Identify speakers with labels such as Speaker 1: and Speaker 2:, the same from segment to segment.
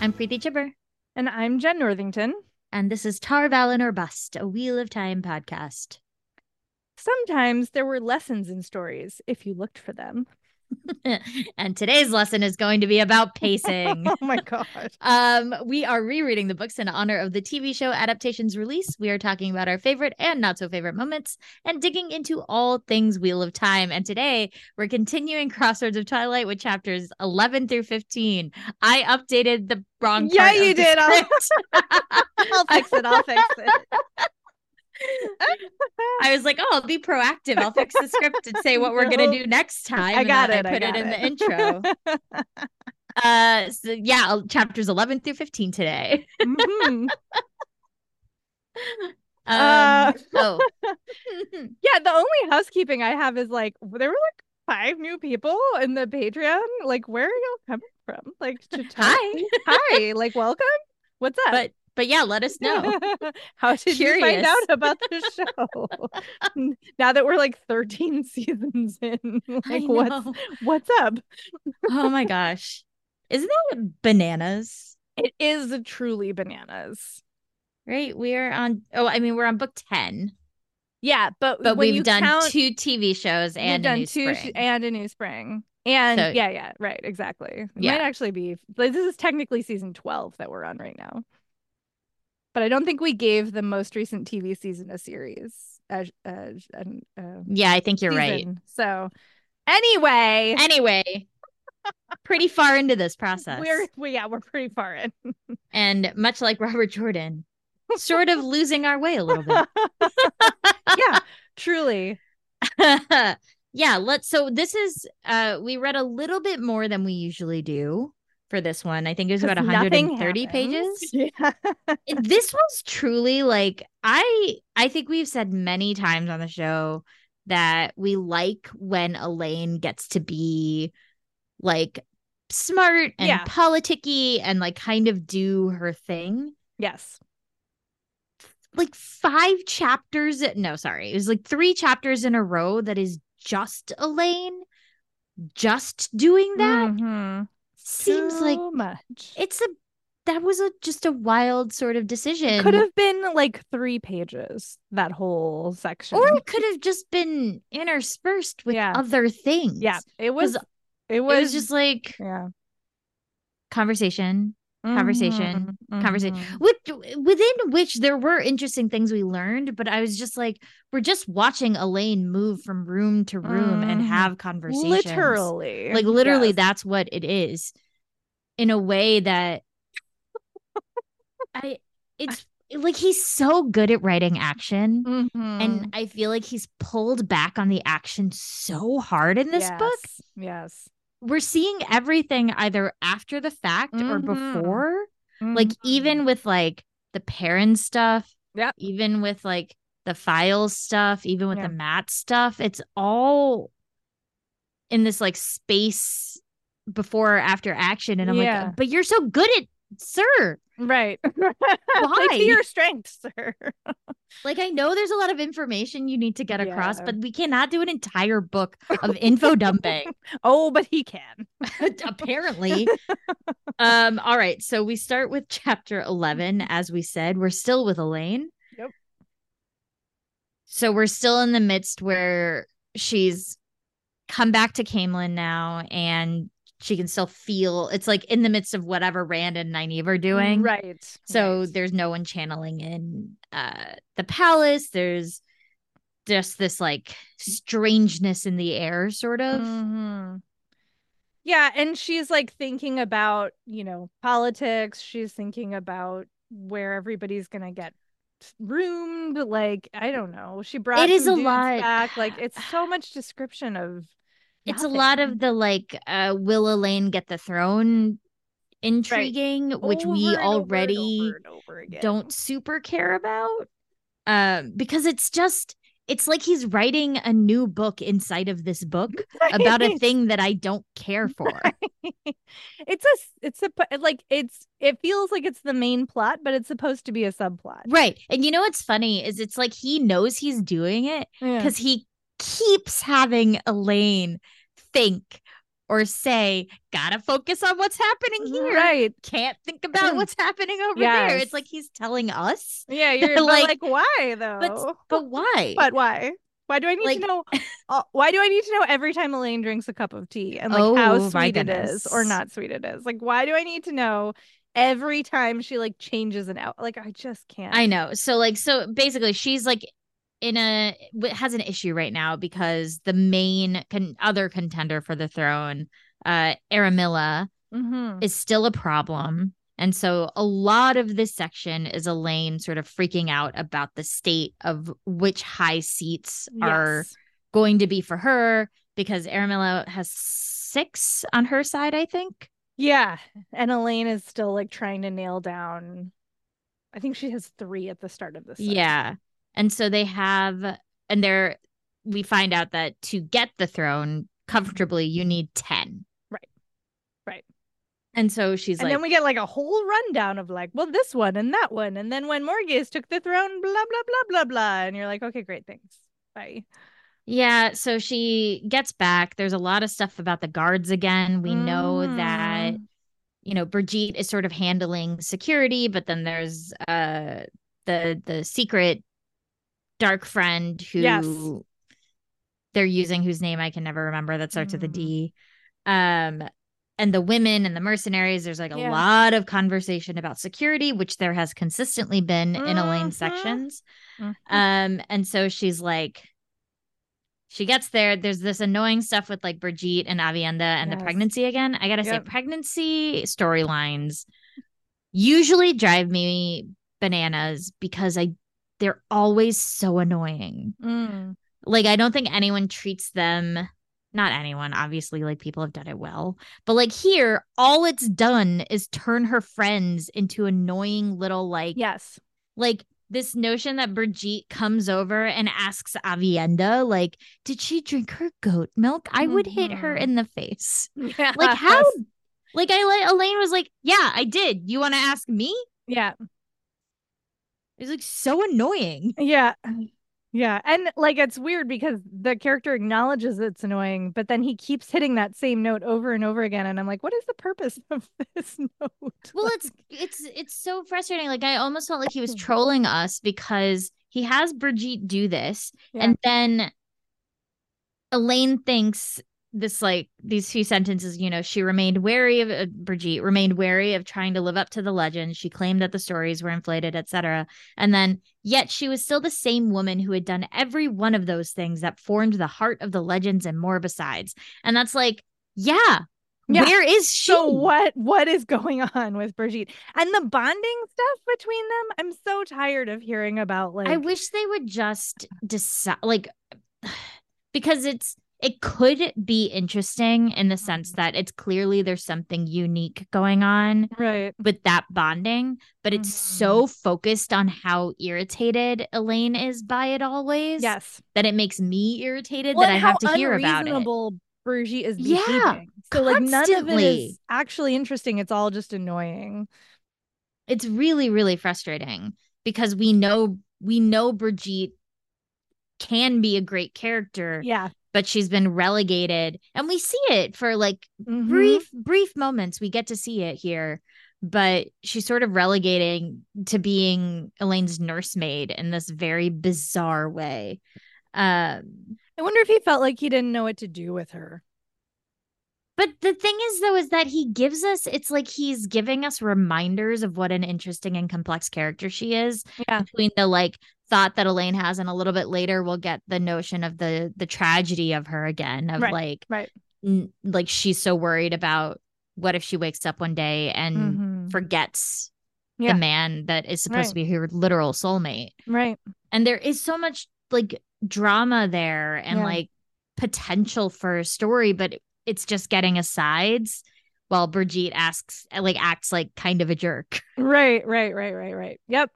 Speaker 1: I'm Preeti Chibber,
Speaker 2: And I'm Jen Northington.
Speaker 1: and this is Tar Valon or Bust, a Wheel of Time podcast.
Speaker 2: Sometimes there were lessons in stories if you looked for them.
Speaker 1: and today's lesson is going to be about pacing.
Speaker 2: Oh my gosh.
Speaker 1: Um, we are rereading the books in honor of the TV show adaptation's release. We are talking about our favorite and not so favorite moments and digging into all things Wheel of Time. And today we're continuing Crossroads of Twilight with chapters 11 through 15. I updated the wrong
Speaker 2: Yeah,
Speaker 1: part of
Speaker 2: you
Speaker 1: the
Speaker 2: did. I'll,
Speaker 1: script.
Speaker 2: I'll fix it. I'll fix it.
Speaker 1: I was like, oh, I'll be proactive. I'll fix the script and say what we're
Speaker 2: No.
Speaker 1: going to do next time.
Speaker 2: I
Speaker 1: and
Speaker 2: got
Speaker 1: then
Speaker 2: it.
Speaker 1: I put it
Speaker 2: got
Speaker 1: in the intro. Uh, so yeah, I'll- chapters 11 through 15 today.
Speaker 2: Mhm.
Speaker 1: Um,
Speaker 2: Uh.
Speaker 1: oh.
Speaker 2: Yeah, the only housekeeping I have is like there were like five new people in the Patreon. Like, where are y'all coming from? Like, to talk-
Speaker 1: Hi.
Speaker 2: hi, like, welcome. What's up?
Speaker 1: But but yeah, let us know.
Speaker 2: How did you find
Speaker 1: Curious.
Speaker 2: out about the show? N- now that we're like 13 seasons in,
Speaker 1: I
Speaker 2: like what's
Speaker 1: know.
Speaker 2: what's up?
Speaker 1: oh my gosh. Isn't that bananas?
Speaker 2: It is truly bananas.
Speaker 1: Right? We're on oh, I mean, we're on book 10.
Speaker 2: Yeah, but
Speaker 1: But
Speaker 2: when you
Speaker 1: we've done
Speaker 2: count,
Speaker 1: two TV shows
Speaker 2: we've
Speaker 1: and a
Speaker 2: done
Speaker 1: new
Speaker 2: two sh-
Speaker 1: spring.
Speaker 2: and a new spring. And
Speaker 1: So-
Speaker 2: yeah, yeah, right, exactly. It
Speaker 1: Yeah.
Speaker 2: might actually be like, this is technically season 12 that we're on right now. But I don't think we gave the most recent TV season a series as as an uh,
Speaker 1: yeah, I think you're right.
Speaker 2: season. So anyway,
Speaker 1: Anyway, pretty far into this process.
Speaker 2: We're we, yeah, we're pretty far in.
Speaker 1: and much like Robert Jordan, sort of losing our way a little
Speaker 2: yeah, truly.
Speaker 1: bit. yeah, let's so this is uh we read a little bit more than we usually do for this one. I think it was
Speaker 2: 'cause
Speaker 1: about
Speaker 2: nothing
Speaker 1: 130 pages.
Speaker 2: happens. Yeah.
Speaker 1: It- this was truly like I I think we've said many times on the show that we like when Elaine gets to be like smart and
Speaker 2: Yeah.
Speaker 1: politicky and like kind of do her thing.
Speaker 2: yes.
Speaker 1: like five chapters no sorry it was like three chapters in a row that is just elaine just doing that
Speaker 2: Mhm.
Speaker 1: seems like
Speaker 2: Too much.
Speaker 1: it's a that was a just a wild sort of decision
Speaker 2: could have been like three pages, that whole section.
Speaker 1: or it could have just been interspersed with
Speaker 2: Yeah.
Speaker 1: other things
Speaker 2: yeah, it
Speaker 1: 'Cause
Speaker 2: was it
Speaker 1: it
Speaker 2: was,
Speaker 1: was, just like
Speaker 2: yeah.
Speaker 1: conversation Conversation,
Speaker 2: Mhm,
Speaker 1: conversation
Speaker 2: mhm.
Speaker 1: with within which there were interesting things we learned but i was just like we're just watching elaine move from room to room and
Speaker 2: Mhm.
Speaker 1: have conversations
Speaker 2: Literally.
Speaker 1: like literally
Speaker 2: Yes.
Speaker 1: that's what it is in a way that i it's like he's so good at writing action
Speaker 2: Mhm.
Speaker 1: and i feel like he's pulled back on the action so hard in this book
Speaker 2: Yes, Yes.
Speaker 1: we're seeing everything either after the fact or
Speaker 2: Mhm.
Speaker 1: before like
Speaker 2: Mhm.
Speaker 1: even with like the parent stuff
Speaker 2: Yep.
Speaker 1: even with like the file stuff even with
Speaker 2: Yeah.
Speaker 1: the mat stuff it's all in this like space before or after action and i'm
Speaker 2: Yeah.
Speaker 1: like but you're so good at sir
Speaker 2: right. like
Speaker 1: Why?
Speaker 2: to your strengths, sir.
Speaker 1: like i know there's a lot of information you need to get across
Speaker 2: Yeah.
Speaker 1: but we cannot do an entire book of info dumping
Speaker 2: Oh, but he can.
Speaker 1: apparently um all right so we start with chapter 11 as we said we're still with elaine
Speaker 2: Mm-hmm. Yep.
Speaker 1: so we're still in the midst where she's come back to Camelin now and she can still feel it's like in the midst of whatever rand and nynaeve are doing
Speaker 2: Right.
Speaker 1: so
Speaker 2: right.
Speaker 1: there's no one channeling in uh the palace there's just this like strangeness in the air sort of
Speaker 2: Mhm. Yeah, and she's like thinking about, you know, politics. She's thinking about where everybody's gonna get roomed. Like, I don't know. She brought
Speaker 1: is
Speaker 2: some
Speaker 1: a
Speaker 2: dudes
Speaker 1: lot.
Speaker 2: back. Like, it's so much description of
Speaker 1: it's a lot of
Speaker 2: nothing.
Speaker 1: the like uh will elaine get the throne intriguing which
Speaker 2: Over
Speaker 1: we
Speaker 2: and over and
Speaker 1: already
Speaker 2: over and over again.
Speaker 1: don't super care about um because it's just it's like he's writing a new book inside of this book about a
Speaker 2: Right.
Speaker 1: thing that i don't care for
Speaker 2: it's a s- it's a p- like it's it feels like it's the main plot, but it's supposed to be a subplot.
Speaker 1: right and you know what's funny is it's like he knows he's doing it
Speaker 2: Yeah.
Speaker 1: because he keeps having elaine think or say, gotta focus on what's happening here.
Speaker 2: Right.
Speaker 1: Can't think about what's happening over there.
Speaker 2: Yes.
Speaker 1: It's like he's telling us.
Speaker 2: Yeah, you're
Speaker 1: Like-
Speaker 2: like, like why though?
Speaker 1: But but why?
Speaker 2: But why? Why do I need
Speaker 1: Like-
Speaker 2: to know? uh, why do I need to know every time Elaine drinks a cup of tea and like how
Speaker 1: Oh, my
Speaker 2: sweet it is or
Speaker 1: goodness.
Speaker 2: not sweet it is? Like, why do I need to know every time she like changes an out? Like, I just can't.
Speaker 1: I know. So like so basically she's like in a w- has an issue right now because the main con- other contender for the throne, uh Aramilla
Speaker 2: Mhm.
Speaker 1: is still a problem. And so a lot of this section is Elaine sort of freaking out about the state of which high seats are
Speaker 2: Yes.
Speaker 1: going to be for her because Aramilla has 6 on her side, I think.
Speaker 2: yeah, and Elaine is still like trying to nail down. I think she has three at the start of this. set.
Speaker 1: Yeah. And so they have, and they're, we find out that to get the throne comfortably, you need 10.
Speaker 2: Right. Right.
Speaker 1: And so she's
Speaker 2: And
Speaker 1: like,
Speaker 2: then we get like a whole rundown of like, well, this one and that one, and then when Morgus took the throne, blah blah blah blah blah, and you're like, okay, great, thanks, bye.
Speaker 1: yeah. So she gets back. There's a lot of stuff about the guards again. We know that
Speaker 2: Mm.
Speaker 1: you know Brigitte is sort of handling security, but then there's uh the the secret dark friend who
Speaker 2: Yes.
Speaker 1: they're using whose name I can never remember that starts with a
Speaker 2: Mm.
Speaker 1: D. Um and the women and the mercenaries, there's like a
Speaker 2: Yeah.
Speaker 1: lot of conversation about security, which there has consistently been in Elaine's
Speaker 2: Mhm.
Speaker 1: sections.
Speaker 2: Mhm.
Speaker 1: Um, and so she's like, she gets there. There's this annoying stuff with like Brigitte and Avienda and the
Speaker 2: Yes.
Speaker 1: pregnancy again. I gotta
Speaker 2: Yep.
Speaker 1: say, pregnancy storylines usually drive me bananas because I they're always so annoying.
Speaker 2: Mm.
Speaker 1: Like I don't think anyone treats them not anyone, obviously, like people have done it well. But like here, all it's done is turn her friends into annoying little like
Speaker 2: Yes.
Speaker 1: like this notion that Brigitte comes over and asks Avienda, like, did she drink her goat milk? I would hit her
Speaker 2: Mhm.
Speaker 1: in the face.
Speaker 2: Yeah.
Speaker 1: Like how like I let Elaine was like, Yeah, I did. You wanna ask me?
Speaker 2: Yeah.
Speaker 1: It was like so annoying.
Speaker 2: Yeah. Yeah. And like it's weird because the character acknowledges it's annoying, but then he keeps hitting that same note over and over again. And I'm like, what is the purpose of this note?
Speaker 1: Well,
Speaker 2: Like,
Speaker 1: it's it's it's so frustrating. Like I almost felt like he was trolling us because he has Brigitte do this,
Speaker 2: Yeah.
Speaker 1: and then Elaine thinks this like these few sentences. You know, she remained wary of uh, Brigitte remained wary of trying to live up to the legend. She claimed that the stories were inflated, etc. And then, yet she was still the same woman who had done every one of those things that formed the heart of the legends and more besides. And that's like, yeah,
Speaker 2: Yeah.
Speaker 1: where is she?
Speaker 2: so what what is going on with Brigitte? And the bonding stuff between them, I'm so tired of hearing about like
Speaker 1: I wish they would just decide, like, because it's it could be interesting in the sense
Speaker 2: Mm-hmm.
Speaker 1: that it's clearly there's something unique going on
Speaker 2: right.
Speaker 1: with that bonding, but it's
Speaker 2: Mhm.
Speaker 1: so focused on how irritated Elaine is by it always
Speaker 2: Yes.
Speaker 1: that it makes me irritated
Speaker 2: Well,
Speaker 1: that I
Speaker 2: and
Speaker 1: have
Speaker 2: how
Speaker 1: to hear about it.
Speaker 2: unreasonable Brigitte is
Speaker 1: Yeah,
Speaker 2: behaving. so like none of it
Speaker 1: constantly.
Speaker 2: is actually interesting. It's all just annoying.
Speaker 1: It's really really frustrating because we know we know Brigitte can be a great character.
Speaker 2: Yeah.
Speaker 1: but she's been relegated and we see it for like
Speaker 2: Mhm.
Speaker 1: brief brief moments we get to see it here but she's sort of relegating to being elaine's nursemaid in this very bizarre way um
Speaker 2: I wonder if he felt like he didn't know what to do with her.
Speaker 1: but the thing is though is that he gives us it's like he's giving us reminders of what an interesting and complex character she is
Speaker 2: Yeah.
Speaker 1: between the like thought that elaine has and a little bit later we'll get the notion of the the tragedy of her again of
Speaker 2: Right.
Speaker 1: like
Speaker 2: Right.
Speaker 1: n- like she's so worried about what if she wakes up one day and
Speaker 2: Mhm.
Speaker 1: forgets
Speaker 2: Yeah.
Speaker 1: the man that is supposed to be her literal soulmate.
Speaker 2: Right.
Speaker 1: And there is so much like drama there and
Speaker 2: Yeah.
Speaker 1: like potential for a story, but it's just getting asides while Brigitte asks like acts like kind of a jerk.
Speaker 2: Right. Right. Right. Right. Right. Yep.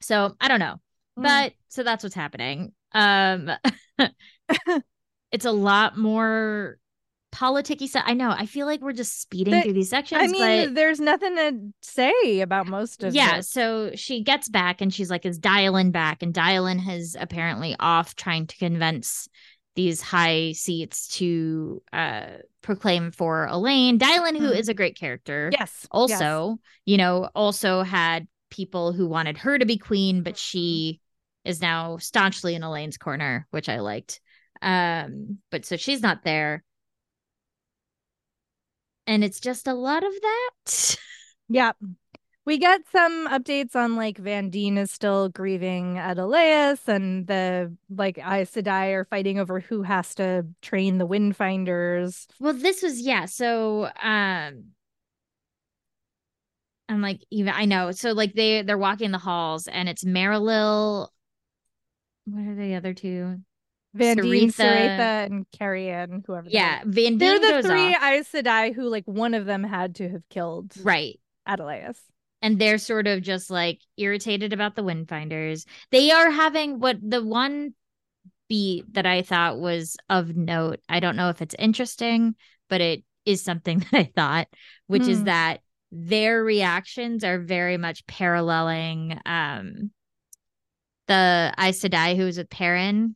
Speaker 1: So I don't know.
Speaker 2: Mm.
Speaker 1: But so that's what's happening. Um it's a lot more politicky stuff. I know. I feel like we're just speeding
Speaker 2: There-
Speaker 1: through these sections,
Speaker 2: I mean,
Speaker 1: but
Speaker 2: there's nothing to say about most of
Speaker 1: yeah
Speaker 2: this.
Speaker 1: so she gets back and she's like is dialing back and dialing has apparently off trying to convince these high seats to uh, proclaim for Elaine. Dylan, who
Speaker 2: Mhm.
Speaker 1: is a great character,
Speaker 2: Yes. yes.
Speaker 1: also, you know, also had people who wanted her to be queen, but
Speaker 2: Mhm.
Speaker 1: she is now staunchly in Elaine's corner, which I liked. Um, but so she's not there. And it's just a lot of that.
Speaker 2: Yeah. We get some updates on like Van Deen is still grieving Adelaus and the like Aes Sedai are fighting over who has to train the Windfinders.
Speaker 1: Well, this was yeah. So um I'm like even I know. So like they they're walking the halls and it's Marilil. What are the other two?
Speaker 2: Van Deen,
Speaker 1: Sarita.
Speaker 2: Saretha, and Carrie Ann, whoever. they
Speaker 1: Yeah,
Speaker 2: are.
Speaker 1: Van
Speaker 2: They're
Speaker 1: Deen
Speaker 2: the
Speaker 1: goes
Speaker 2: three
Speaker 1: off.
Speaker 2: Aes Sedai who like one of them had to have killed
Speaker 1: Right.
Speaker 2: Adelaus.
Speaker 1: And they're sort of just like irritated about the windfinders. They are having what the one beat that I thought was of note. I don't know if it's interesting, but it is something that I thought, which is
Speaker 2: Hmm.
Speaker 1: that their reactions are very much paralleling um the Aes Sedai who is with Perrin,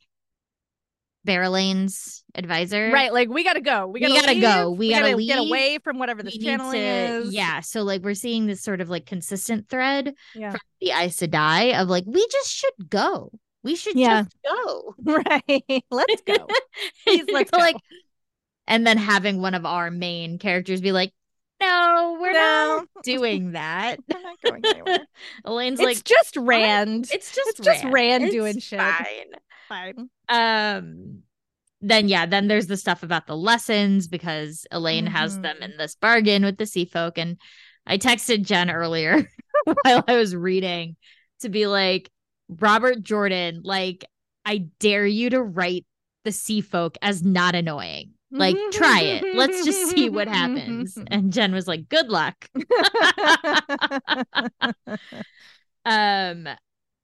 Speaker 1: Barrelane's advisor.
Speaker 2: Right, like we gotta go. We
Speaker 1: We gotta
Speaker 2: gotta,
Speaker 1: go.
Speaker 2: leave.
Speaker 1: We
Speaker 2: gotta,
Speaker 1: gotta
Speaker 2: get
Speaker 1: leave.
Speaker 2: away from whatever
Speaker 1: We
Speaker 2: this
Speaker 1: need
Speaker 2: channeling
Speaker 1: to-
Speaker 2: is.
Speaker 1: Yeah. So like we're seeing this sort of like consistent thread
Speaker 2: Yeah.
Speaker 1: from the Aes Sedai of like, we just should go. We should
Speaker 2: Yeah.
Speaker 1: just go.
Speaker 2: Right. Let's go. Please, let's
Speaker 1: like
Speaker 2: go.
Speaker 1: and then having one of our main characters be like, No, we're
Speaker 2: No.
Speaker 1: not doing that.
Speaker 2: We're not going anywhere.
Speaker 1: Elaine's
Speaker 2: it's
Speaker 1: like
Speaker 2: just Rand.
Speaker 1: it's just
Speaker 2: it's just
Speaker 1: Rand.
Speaker 2: Rand
Speaker 1: It's
Speaker 2: doing shit."
Speaker 1: fine."
Speaker 2: fine.
Speaker 1: um then yeah then there's the stuff about the lessons because elaine has them
Speaker 2: Mhm.
Speaker 1: in this bargain with the sea folk and i texted jen earlier while i was reading to be like robert jordan like i dare you to write the sea folk as not annoying like try it let's just see what happens and jen was like good luck um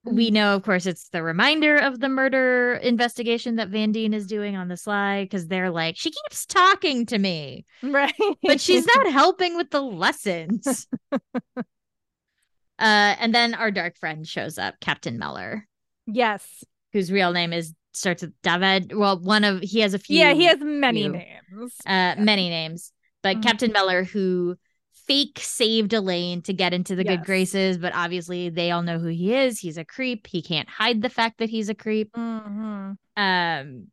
Speaker 1: we
Speaker 2: Mm-hmm.
Speaker 1: know, of course, it's the reminder of the murder investigation that Van Deen is doing on the sly because they're like, she keeps talking to me,
Speaker 2: right,
Speaker 1: but she's not helping with the lessons. uh, and then our dark friend shows up, Captain Meller,
Speaker 2: yes,
Speaker 1: whose real name is starts with David. Well, one of he has a few.
Speaker 2: yeah, he has many
Speaker 1: you.
Speaker 2: names.
Speaker 1: uh, many names, but
Speaker 2: Mhm.
Speaker 1: Captain Meller, who fake saved Elaine to get into the good
Speaker 2: Yes.
Speaker 1: graces, but obviously they all know who he is. He's a creep. He can't hide the fact that he's a creep.
Speaker 2: Mhm.
Speaker 1: Um,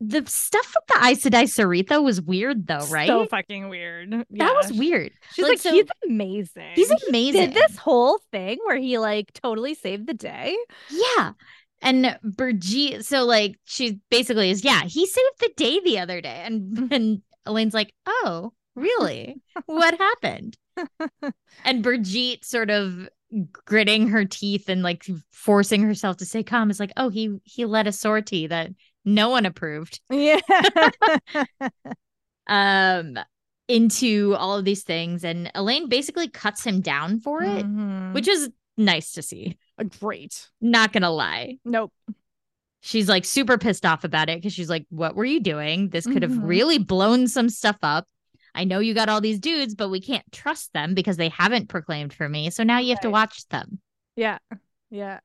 Speaker 1: the stuff with the Aes Sedai Sarita was weird, though, Oh, right?
Speaker 2: So fucking weird. Yeah.
Speaker 1: that was weird.
Speaker 2: She's
Speaker 1: like,
Speaker 2: like,
Speaker 1: so-
Speaker 2: he's amazing.
Speaker 1: He's
Speaker 2: He
Speaker 1: amazing.
Speaker 2: Did this whole thing where he like totally saved the day.
Speaker 1: Yeah. And Brigitte, so like she basically is, yeah, he saved the day the other day. And and Elaine's like, oh, really? what happened? And Brigitte sort of gritting her teeth and like forcing herself to say calm is like, oh, he he led a sortie that no one approved.
Speaker 2: Yeah.
Speaker 1: Um into all of these things. And Elaine basically cuts him down for it,
Speaker 2: Mhm.
Speaker 1: which uh, is nice to see.
Speaker 2: great.
Speaker 1: Not gonna lie.
Speaker 2: Nope.
Speaker 1: she's like super pissed off about it because she's like, What were you doing? This could have
Speaker 2: Mhm.
Speaker 1: really blown some stuff up. I know you got all these dudes, but we can't trust them because they haven't proclaimed for me. So now you have to
Speaker 2: Right.
Speaker 1: watch them.
Speaker 2: Yeah. Yeah.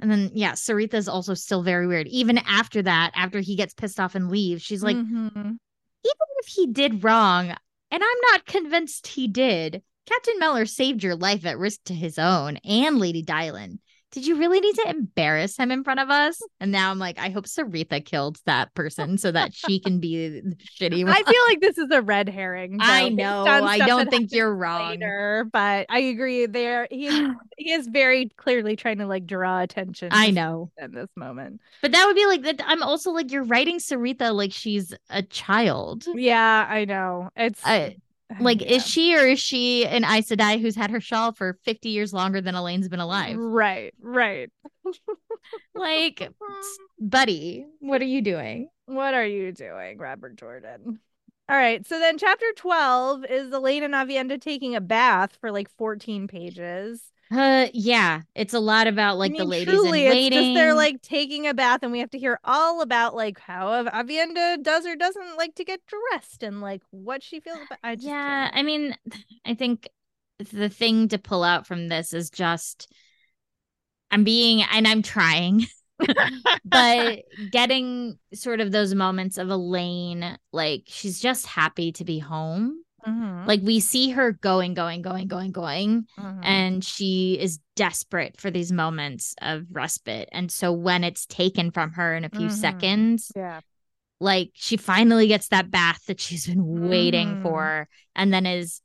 Speaker 1: And then, yeah, Sarita's also still very weird. Even after that, after he gets pissed off and leaves, she's like,
Speaker 2: Mhm.
Speaker 1: Even if he did wrong, and I'm not convinced he did, Captain Mellor saved your life at risk to his own and Lady Dylan. Did you really need to embarrass him in front of us? And now I'm like, I hope Saritha killed that person so that she can be the shitty one.
Speaker 2: I feel like this is a red herring.
Speaker 1: I,
Speaker 2: though, based
Speaker 1: know.
Speaker 2: on
Speaker 1: I
Speaker 2: stuff
Speaker 1: don't
Speaker 2: that
Speaker 1: think you're
Speaker 2: happened
Speaker 1: wrong.
Speaker 2: later, but I agree. There, he is, he is very clearly trying to like draw attention.
Speaker 1: I
Speaker 2: to
Speaker 1: know.
Speaker 2: in this moment.
Speaker 1: But that would be like that. I'm also like, you're writing Saritha like she's a child.
Speaker 2: Yeah, I know. It's
Speaker 1: I, like,
Speaker 2: yeah.
Speaker 1: is she or is she an Aes Sedai who's had her shawl for 50 years longer than Elaine's been alive?
Speaker 2: Right, right.
Speaker 1: Like, s- buddy, what are you doing?
Speaker 2: What are you doing, Robert Jordan? All right. So then chapter 12 is Elaine and Avienda taking a bath for like 14 pages.
Speaker 1: Uh, yeah, it's a lot about like
Speaker 2: I
Speaker 1: the
Speaker 2: mean,
Speaker 1: ladies
Speaker 2: truly,
Speaker 1: in waiting.
Speaker 2: It's just they're like taking a bath, and we have to hear all about like how Av- Avienda does or doesn't like to get dressed and like what she feels about. I just
Speaker 1: yeah.
Speaker 2: can't.
Speaker 1: I mean, I think the thing to pull out from this is just I'm being and I'm trying but getting sort of those moments of Elaine, like she's just happy to be home.
Speaker 2: Mhm,
Speaker 1: Like we see her going, going, going, going, going,
Speaker 2: mhm.
Speaker 1: and she is desperate for these moments of respite. And so when it's taken from her in a few
Speaker 2: Mhm.
Speaker 1: seconds,
Speaker 2: yeah.
Speaker 1: like she finally gets that bath that she's been waiting
Speaker 2: Mhm.
Speaker 1: for and then is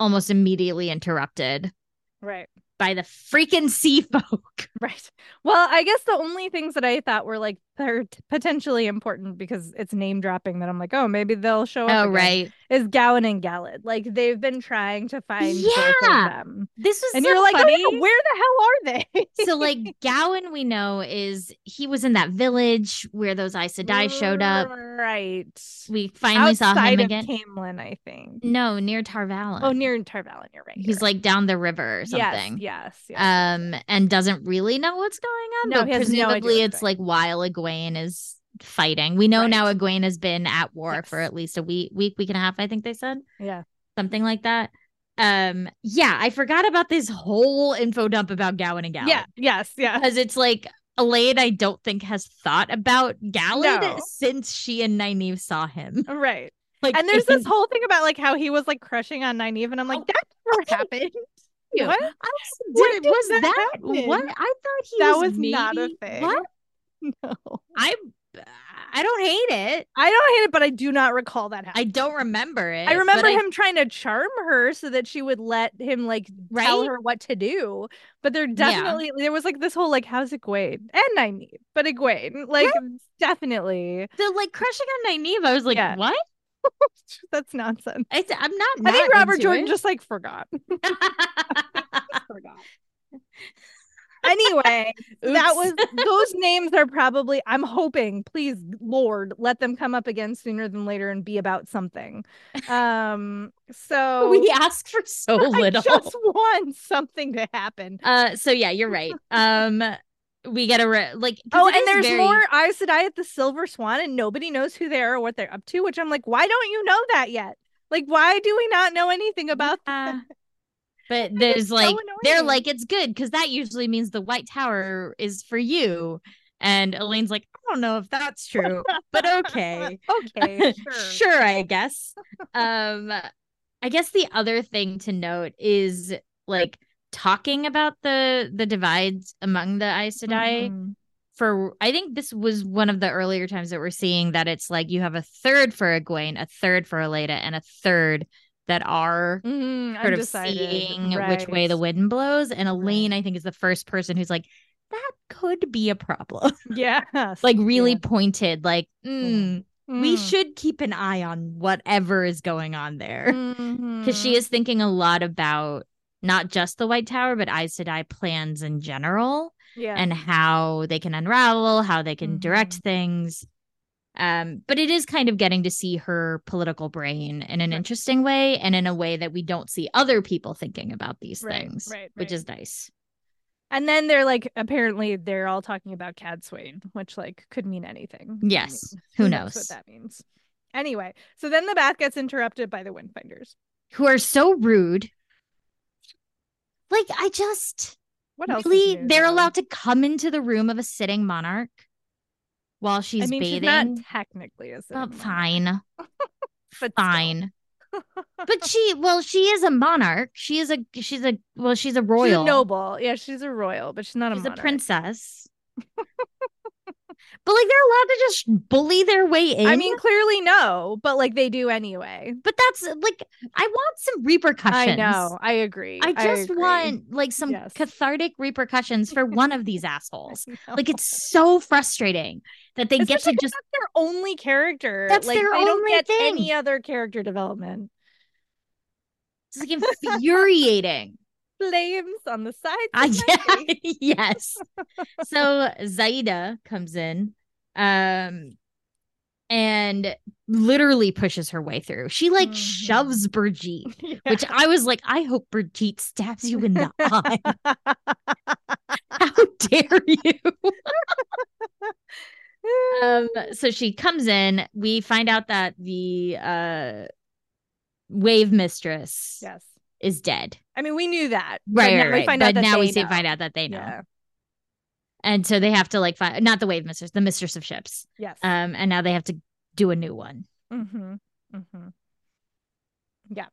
Speaker 1: almost immediately interrupted
Speaker 2: Right.
Speaker 1: by the freaking sea folk.
Speaker 2: Right. Well, I guess the only things that I thought were like per- potentially important because it's name dropping that I'm like, oh, maybe they'll show up.
Speaker 1: Oh,
Speaker 2: again,
Speaker 1: right.
Speaker 2: Is Gowan and Galad. Like they've been trying to find both of
Speaker 1: Yeah.
Speaker 2: them.
Speaker 1: This was
Speaker 2: And
Speaker 1: so
Speaker 2: you're like, oh,
Speaker 1: funny.
Speaker 2: yeah, where the hell are they?
Speaker 1: so like Gowan we know is he was in that village where those Aes Sedai showed up.
Speaker 2: Right.
Speaker 1: We finally
Speaker 2: Outside
Speaker 1: saw him
Speaker 2: of
Speaker 1: again.
Speaker 2: Camlin, I think.
Speaker 1: no, near Tarvalon.
Speaker 2: Oh, near Tarvalon. You're right.
Speaker 1: He's
Speaker 2: you're right.
Speaker 1: like down the river or something.
Speaker 2: Yes. Yes. yes, yes.
Speaker 1: Um and doesn't really know what's going on.
Speaker 2: No,
Speaker 1: but
Speaker 2: he has no idea
Speaker 1: presumably
Speaker 2: what's
Speaker 1: it's
Speaker 2: going
Speaker 1: like while Egwene is fighting. We know now
Speaker 2: Right.
Speaker 1: Egwene has been at war for
Speaker 2: Yes.
Speaker 1: at least a week, week, week and a half, I think they said.
Speaker 2: yeah.
Speaker 1: Something like that. Um, yeah, I forgot about this whole info dump about Gowan and Gowan.
Speaker 2: Yeah. Yes. Yeah.
Speaker 1: because it's like Elaine, I don't think has thought about Galad
Speaker 2: No.
Speaker 1: since she and Nynaeve saw him.
Speaker 2: Right.
Speaker 1: Like,
Speaker 2: And there's this
Speaker 1: in-
Speaker 2: whole thing about like how he was like crushing on Nynaeve, and I'm like,
Speaker 1: Oh,
Speaker 2: that never happened.
Speaker 1: you.
Speaker 2: What?
Speaker 1: I was,
Speaker 2: When
Speaker 1: what
Speaker 2: did
Speaker 1: was
Speaker 2: that
Speaker 1: that?
Speaker 2: happen?
Speaker 1: What I thought he
Speaker 2: That
Speaker 1: was,
Speaker 2: was not a
Speaker 1: maybe-
Speaker 2: thing.
Speaker 1: What
Speaker 2: No.
Speaker 1: I I don't hate it.
Speaker 2: I don't hate it, but I do not recall that
Speaker 1: I
Speaker 2: happening.
Speaker 1: don't remember it.
Speaker 2: I
Speaker 1: but
Speaker 2: remember him trying to charm her so that she would let him like tell
Speaker 1: Right?
Speaker 2: her what to do. But there
Speaker 1: Yeah.
Speaker 2: definitely there was like this whole like how's Egwene and Nynaeve, but Egwene like mm, definitely
Speaker 1: the like crushing on Nynaeve. I was like,
Speaker 2: Yeah.
Speaker 1: what?
Speaker 2: that's nonsense.
Speaker 1: It's, I'm not.
Speaker 2: I think
Speaker 1: not
Speaker 2: Robert
Speaker 1: into
Speaker 2: Jordan
Speaker 1: it.
Speaker 2: just like forgot. Just forgot. Anyway, That
Speaker 1: Oops.
Speaker 2: was those names are probably I'm hoping, please Lord, let them come up again sooner than later and be about something. Um so
Speaker 1: we asked for so
Speaker 2: I
Speaker 1: little.
Speaker 2: just want something to happen.
Speaker 1: Uh, so yeah, you're right. Um, we get a re- like. 'cause
Speaker 2: Oh,
Speaker 1: it
Speaker 2: and
Speaker 1: is
Speaker 2: there's
Speaker 1: very-
Speaker 2: more Aes Sedai at the Silver Swan, and nobody knows who they are or what they're up to, which I'm like, why don't you know that yet? Like, why do we not know anything
Speaker 1: Mm-hmm.
Speaker 2: about
Speaker 1: Yeah.
Speaker 2: that?
Speaker 1: uh, But
Speaker 2: it's
Speaker 1: there's
Speaker 2: so
Speaker 1: like they're
Speaker 2: annoying.
Speaker 1: like it's good because that usually means the White Tower is for you. And Elaine's like, I don't know if that's true, but okay,
Speaker 2: Okay, sure.
Speaker 1: sure, I guess. Um, I guess the other thing to note is like talking about the the divides among the Aes Sedai.
Speaker 2: Mhm.
Speaker 1: for I think this was one of the earlier times that we're seeing that it's like you have a third for Egwene, a third for Elena, and a third that are
Speaker 2: Mhm,
Speaker 1: sort of
Speaker 2: undecided.
Speaker 1: seeing which way the
Speaker 2: Right.
Speaker 1: wind blows. And Elaine, I think, is the first person who's like, that could be a problem.
Speaker 2: yeah,
Speaker 1: like really
Speaker 2: Yeah.
Speaker 1: pointed, like, "Mm, we
Speaker 2: Mm.
Speaker 1: should keep an eye on whatever is going on
Speaker 2: Mm-hmm.
Speaker 1: there. Because
Speaker 2: because
Speaker 1: Hmm. she is thinking a lot about not just the White Tower, but Aes Sedai plans in general
Speaker 2: yeah
Speaker 1: and how they can unravel, how they can direct things. Um, but it is kind of getting to see her political brain in an
Speaker 2: Right.
Speaker 1: interesting way and in a way that we don't see other people thinking about these
Speaker 2: Right,
Speaker 1: things,
Speaker 2: right,
Speaker 1: which is
Speaker 2: right.
Speaker 1: nice.
Speaker 2: and then they're like apparently they're all talking about cad swain which like could mean anything I
Speaker 1: Yes,
Speaker 2: mean,
Speaker 1: who knows?
Speaker 2: what that means anyway so then the bath gets interrupted by the windfinders
Speaker 1: Who are so rude. Like, I just
Speaker 2: what else is
Speaker 1: really,
Speaker 2: new,
Speaker 1: they're
Speaker 2: though?
Speaker 1: allowed to come into the room of a sitting monarch while she's
Speaker 2: i mean she's
Speaker 1: bathing.
Speaker 2: not technically is it
Speaker 1: but fine.
Speaker 2: but still.
Speaker 1: fine. but she well she is a monarch she is a she's a well she's a royal
Speaker 2: she's a noble yeah she's a royal but she's not
Speaker 1: she's
Speaker 2: a,
Speaker 1: a
Speaker 2: monarch.
Speaker 1: princess but like they're allowed to just bully their way in
Speaker 2: i mean clearly no but like they do anyway
Speaker 1: but that's like i want some repercussions
Speaker 2: i know i agree
Speaker 1: i just
Speaker 2: agree.
Speaker 1: want like some
Speaker 2: Yes.
Speaker 1: cathartic repercussions for one of these assholes
Speaker 2: I
Speaker 1: like
Speaker 2: know.
Speaker 1: it's so frustrating that they get to
Speaker 2: Especially 'cause
Speaker 1: just
Speaker 2: that's their only character.
Speaker 1: That's
Speaker 2: like,
Speaker 1: their
Speaker 2: they don't
Speaker 1: only
Speaker 2: get
Speaker 1: thing.
Speaker 2: any other character development.
Speaker 1: it's like infuriating
Speaker 2: Flames on the sides.
Speaker 1: I,
Speaker 2: of my face.
Speaker 1: yes. So Zaida comes in um and literally pushes her way through. She like
Speaker 2: Mhm.
Speaker 1: shoves Brigitte,
Speaker 2: Yeah.
Speaker 1: which I was like, I hope Brigitte stabs you in the eye. How dare you? Um so she comes in, we find out that the uh wave mistress
Speaker 2: yes.
Speaker 1: is dead.
Speaker 2: I mean, we knew that. but
Speaker 1: Right,
Speaker 2: now
Speaker 1: right,
Speaker 2: we
Speaker 1: right.
Speaker 2: find
Speaker 1: but
Speaker 2: out that
Speaker 1: now we
Speaker 2: they
Speaker 1: see
Speaker 2: know.
Speaker 1: find out that they know.
Speaker 2: Yeah.
Speaker 1: And so they have to like find not the wave mistress, the mistress of ships.
Speaker 2: Yes.
Speaker 1: Um, and now they have to do a new one.
Speaker 2: mm-hmm. Mm-hmm. Yeah.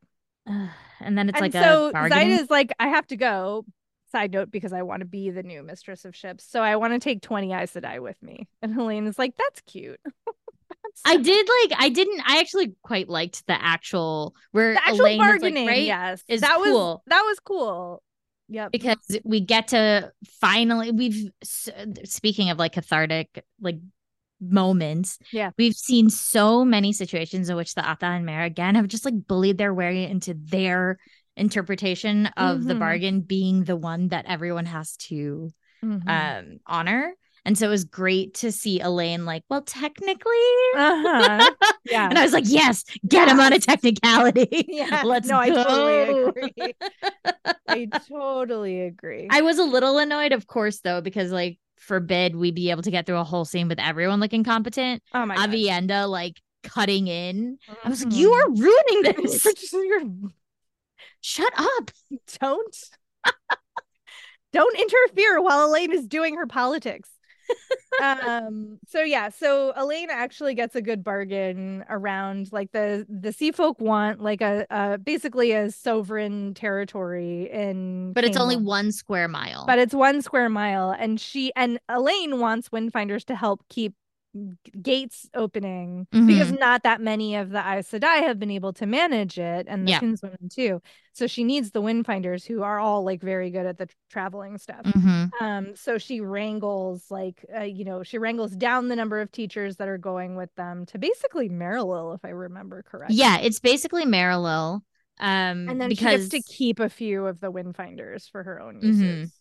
Speaker 1: Ugh, and then it's
Speaker 2: and
Speaker 1: like
Speaker 2: so
Speaker 1: a bargaining.
Speaker 2: Zaida's like, I have to go. Side note, because I want to be the new mistress of ships, so I want to take twenty Aes Sedai with me. And Helene is like, "That's cute."
Speaker 1: I did like I didn't I actually quite liked the actual where
Speaker 2: the actual
Speaker 1: Elaine is, like,
Speaker 2: bargaining,
Speaker 1: right?
Speaker 2: yes,
Speaker 1: is
Speaker 2: that was
Speaker 1: cool.
Speaker 2: that was cool. Yep.
Speaker 1: because we get to finally we've s- speaking of like cathartic like moments
Speaker 2: Yeah.
Speaker 1: we've seen so many situations in which the ata and mare again have just like bullied their way into their interpretation of the
Speaker 2: Mhm.
Speaker 1: bargain being the one that everyone has to
Speaker 2: Mhm.
Speaker 1: um honor and so it was great to see elaine like well technically
Speaker 2: uh-huh. yeah.
Speaker 1: and i was like yes get him on a technicality
Speaker 2: Yeah.
Speaker 1: let's
Speaker 2: no, I
Speaker 1: go.
Speaker 2: totally agree. I totally agree.
Speaker 1: I was a little annoyed, of course, though, because like forbid we be able to get through a whole scene with everyone looking competent.
Speaker 2: oh my god.
Speaker 1: Avienda like cutting in. I was like, you
Speaker 2: Mm-hmm.
Speaker 1: are ruining this.
Speaker 2: You're-
Speaker 1: Shut up.
Speaker 2: don't don't interfere while Elaine is doing her politics. um so yeah so elaine actually gets a good bargain around like the the sea folk want like a uh basically a sovereign territory in
Speaker 1: But it's only
Speaker 2: Camelot.
Speaker 1: one square mile.
Speaker 2: but it's one square mile and she and elaine wants windfinders to help keep g- gates opening because
Speaker 1: Mm-hmm.
Speaker 2: not that many of the Aes Sedai have been able to manage it and the
Speaker 1: Yeah.
Speaker 2: kinswomen too so she needs the windfinders who are all like very good at the tr- traveling stuff
Speaker 1: Mhm.
Speaker 2: um so she wrangles like uh, you know she wrangles down the number of teachers that are going with them to basically Merilil if i remember correctly
Speaker 1: yeah, it's basically Marilil. Um
Speaker 2: and then
Speaker 1: because
Speaker 2: she gets to keep a few of the windfinders for her own
Speaker 1: Mhm.
Speaker 2: uses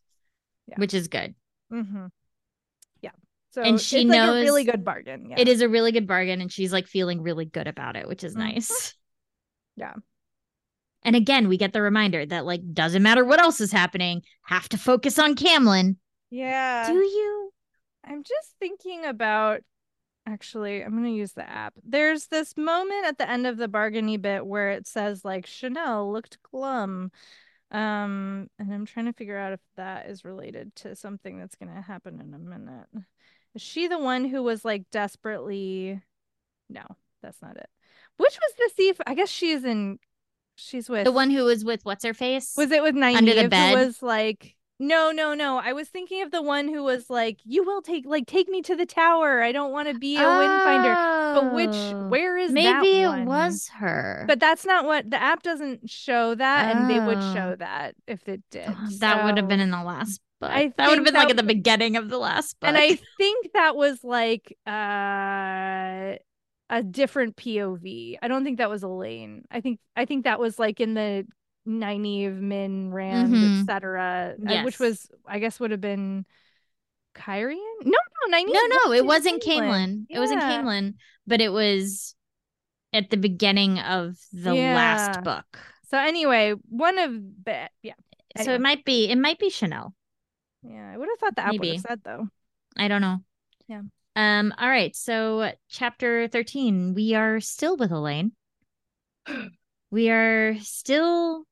Speaker 2: yeah.
Speaker 1: which is good.
Speaker 2: Mm-hmm. Yeah. So
Speaker 1: And she
Speaker 2: it's like a really
Speaker 1: knows-
Speaker 2: good bargain. Yeah.
Speaker 1: It is a really good bargain and she's like feeling really good about it, which is
Speaker 2: Mhm.
Speaker 1: nice.
Speaker 2: Yeah.
Speaker 1: And again, we get the reminder that like doesn't matter what else is happening, have to focus on Camlin.
Speaker 2: Yeah.
Speaker 1: Do you?
Speaker 2: I'm just thinking about actually, I'm gonna use the app. There's this moment at the end of the bargainy bit where it says like Chanel looked glum. Um, and I'm trying to figure out if that is related to something that's gonna happen in a minute. Is she the one who was like desperately no, that's not it. Which was the thief? I guess she's in she's with
Speaker 1: The one who was with what's her face?
Speaker 2: Was it with Nynaeve
Speaker 1: Under the bed?
Speaker 2: who was like, no, no, no. I was thinking of the one who was like, you will take like take me to the tower. I don't want to be a windfinder. But which where is that
Speaker 1: Oh. maybe it
Speaker 2: one?
Speaker 1: was her.
Speaker 2: But that's not what the app doesn't show that, and they would
Speaker 1: Oh.
Speaker 2: show that if it did.
Speaker 1: Uh, that would have been in
Speaker 2: So-
Speaker 1: the last book.
Speaker 2: I
Speaker 1: that would
Speaker 2: think
Speaker 1: have been like
Speaker 2: that
Speaker 1: at the beginning of the last book.
Speaker 2: and I think that was like uh a different POV. I don't think that was Elaine. I think I think that was like in the Nynaeve, Min, Rand,
Speaker 1: Mhm.
Speaker 2: etc.
Speaker 1: Yes.
Speaker 2: Which was I guess would have been Kyrian? No, no, Nynaeve.
Speaker 1: no, no, it wasn't
Speaker 2: Camelin.
Speaker 1: Camelin. It wasn't
Speaker 2: Yeah.
Speaker 1: Camelin, but it was at the beginning of the
Speaker 2: Yeah.
Speaker 1: last book.
Speaker 2: So anyway, one of the yeah.
Speaker 1: So
Speaker 2: Anyway.
Speaker 1: it might be it might be Chanel.
Speaker 2: Yeah. I would have thought the app would
Speaker 1: Maybe.
Speaker 2: have said though.
Speaker 1: I don't know.
Speaker 2: Yeah.
Speaker 1: Um. All right. So chapter thirteen. We are still with Elaine. we are still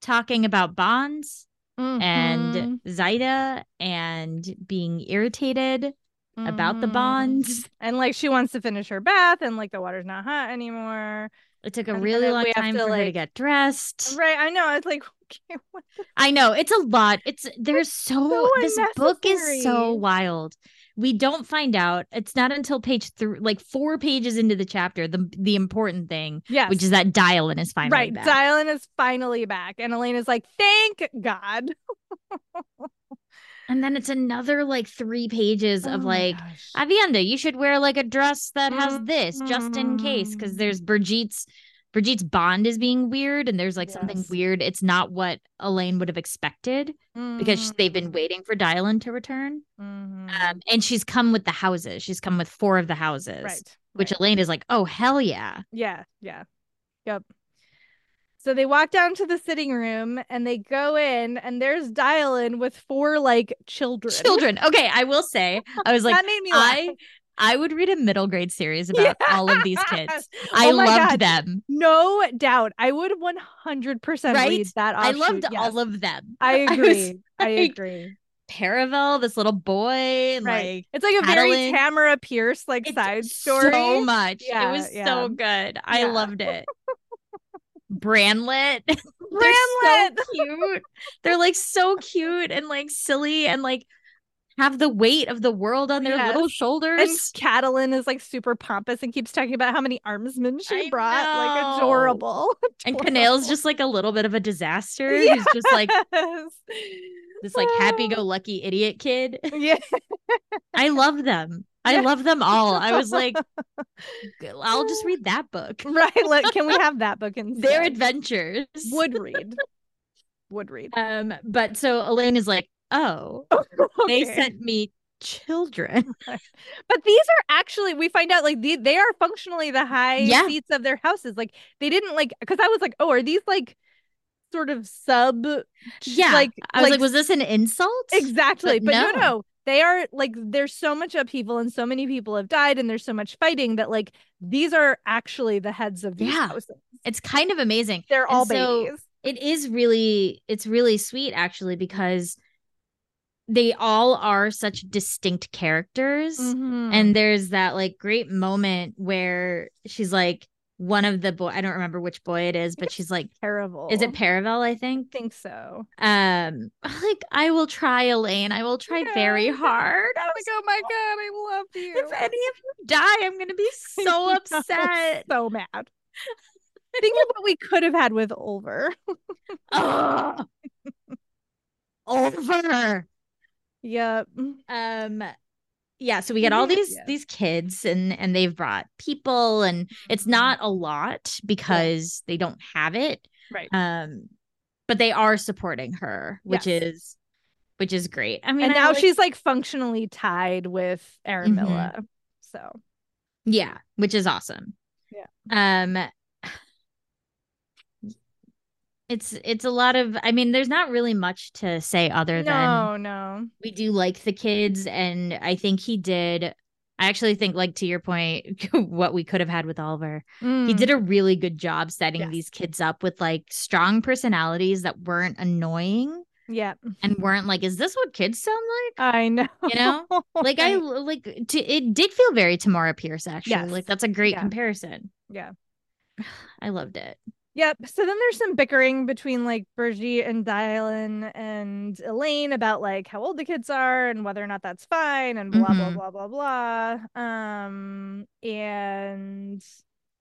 Speaker 1: talking about bonds
Speaker 2: Mm-hmm.
Speaker 1: and Zaida and being irritated
Speaker 2: Mhm.
Speaker 1: about the
Speaker 2: Mhm.
Speaker 1: bonds.
Speaker 2: And like she wants to finish her bath and like the water's not hot anymore.
Speaker 1: It took a
Speaker 2: And
Speaker 1: really
Speaker 2: then
Speaker 1: long
Speaker 2: we have
Speaker 1: time
Speaker 2: to,
Speaker 1: for her to
Speaker 2: like-
Speaker 1: get dressed.
Speaker 2: Right, I know. I was like, okay, what?
Speaker 1: I know it's a lot. It's there's so,
Speaker 2: so
Speaker 1: this book is so
Speaker 2: unnecessary.
Speaker 1: wild. We don't find out. It's not until page three, like four pages into the chapter, the the important thing,
Speaker 2: Yes.
Speaker 1: which is that Dylan is finally
Speaker 2: right.
Speaker 1: back.
Speaker 2: Dylan is finally back, and Elena's like, thank God.
Speaker 1: and then it's another like three pages
Speaker 2: Oh
Speaker 1: of
Speaker 2: my
Speaker 1: like
Speaker 2: gosh.
Speaker 1: Avienda, you should wear like a dress that has this just in case because
Speaker 2: Mhm.
Speaker 1: there's Brigitte's Brigitte's bond is being weird and there's like something
Speaker 2: Yes.
Speaker 1: weird. It's not what Elaine would have expected because sh- they've been
Speaker 2: Mhm,
Speaker 1: waiting for Dylan to return.
Speaker 2: mhm.
Speaker 1: Um, and she's come with the houses. She's come with four of the houses,
Speaker 2: right.
Speaker 1: which
Speaker 2: right.
Speaker 1: Elaine is like, oh, hell yeah.
Speaker 2: yeah, yeah, yep. So they walk down to the sitting room and they go in, and there's Dylan with four like children.
Speaker 1: Children. Okay. I will say, I was like,
Speaker 2: that made me laugh.
Speaker 1: I. I would read a middle grade series about all of these kids.
Speaker 2: Yes.
Speaker 1: I
Speaker 2: Oh my
Speaker 1: loved
Speaker 2: God.
Speaker 1: them.
Speaker 2: No doubt. I would 100%
Speaker 1: Right?
Speaker 2: read that.
Speaker 1: I
Speaker 2: offshoot,
Speaker 1: loved
Speaker 2: Oh, yes.
Speaker 1: all of them.
Speaker 2: I
Speaker 1: I was
Speaker 2: agree. I,
Speaker 1: like-
Speaker 2: agree.
Speaker 1: Paravel, this little boy, and,
Speaker 2: Right.
Speaker 1: like
Speaker 2: It's like a very
Speaker 1: Madeline-
Speaker 2: Tamara Pierce like
Speaker 1: it's
Speaker 2: side story.
Speaker 1: So much.
Speaker 2: Yeah,
Speaker 1: it was
Speaker 2: yeah.
Speaker 1: so good. I
Speaker 2: Yeah.
Speaker 1: loved it. Branlet. They're
Speaker 2: Bramlett!
Speaker 1: so cute. They're like so cute and like silly and like have the weight of the world on their little
Speaker 2: Yes.
Speaker 1: shoulders.
Speaker 2: And Catalan is like super pompous and keeps talking about how many armsmen she
Speaker 1: I
Speaker 2: brought. Like
Speaker 1: know.
Speaker 2: adorable.
Speaker 1: And
Speaker 2: adorable.
Speaker 1: Canale's just like a little bit of a disaster. He's just like
Speaker 2: Yes.
Speaker 1: this like
Speaker 2: Oh.
Speaker 1: happy-go-lucky idiot kid.
Speaker 2: Yeah.
Speaker 1: I love them. I
Speaker 2: Yeah.
Speaker 1: love them all. I was like, "G- I'll just read that book.
Speaker 2: Right. Like, can we have that book instead?
Speaker 1: Their adventures.
Speaker 2: Would read. Would read.
Speaker 1: um, but so Elaine is like, oh, they
Speaker 2: Okay.
Speaker 1: sent me children.
Speaker 2: But these are actually we find out like they, they are functionally the high
Speaker 1: Yeah.
Speaker 2: seats of their houses. Like they didn't like because I was like, oh, are these like sort of sub? ch-
Speaker 1: Yeah.
Speaker 2: like
Speaker 1: I was like, was this an insult?
Speaker 2: exactly.
Speaker 1: but
Speaker 2: But, no.
Speaker 1: no.
Speaker 2: no, they are like there's so much upheaval and so many people have died and there's so much fighting that like these are actually the heads of these
Speaker 1: Yeah.
Speaker 2: houses.
Speaker 1: It's kind of amazing.
Speaker 2: They're all
Speaker 1: And so-
Speaker 2: babies.
Speaker 1: it is really it's really sweet actually because they all are such distinct characters
Speaker 2: Mm-hmm.
Speaker 1: mm-hmm. and there's that like great moment where she's like one of the boy i don't remember which boy it is but she's like
Speaker 2: terrible.
Speaker 1: is it Paravel I
Speaker 2: I
Speaker 1: think
Speaker 2: think so.
Speaker 1: um like I will try Elaine I will try very
Speaker 2: Yeah.
Speaker 1: hard I
Speaker 2: I was
Speaker 1: was
Speaker 2: like, oh my god, I love you.
Speaker 1: if any of you die I'm gonna be so
Speaker 2: I'm
Speaker 1: upset
Speaker 2: so mad. Think of what we could have had with Olver.
Speaker 1: Ugh. over
Speaker 2: Yep.
Speaker 1: um yeah so we get all
Speaker 2: Yeah,
Speaker 1: these
Speaker 2: yeah.
Speaker 1: these kids and and they've brought people and it's not a lot because they don't have it
Speaker 2: Right.
Speaker 1: um but they are supporting her which
Speaker 2: Yes.
Speaker 1: is which is great i mean
Speaker 2: and
Speaker 1: I
Speaker 2: now
Speaker 1: like-
Speaker 2: she's like functionally tied with Aramilla.
Speaker 1: Mm-hmm.
Speaker 2: So
Speaker 1: yeah which is awesome yeah um it's it's a lot of i mean there's not really much to say other than
Speaker 2: no, no.
Speaker 1: we do like the kids and i think he did i actually think like to your point what we could have had with oliver he
Speaker 2: Mm,
Speaker 1: did a really good job setting
Speaker 2: Yes.
Speaker 1: these kids up with like strong personalities that weren't annoying
Speaker 2: Yeah,
Speaker 1: and weren't like is this what kids sound
Speaker 2: I know.
Speaker 1: You know? like like i
Speaker 2: Right.
Speaker 1: l- like to, it did feel very tamara pierce actually
Speaker 2: Yes.
Speaker 1: like that's a great
Speaker 2: Yeah.
Speaker 1: comparison
Speaker 2: Yeah.
Speaker 1: i loved it
Speaker 2: Yep. So then there's some bickering between like Brigitte and Dylan and Elaine about like how old the kids are and whether or not that's fine and blah
Speaker 1: Mhm.
Speaker 2: blah blah blah blah. Um and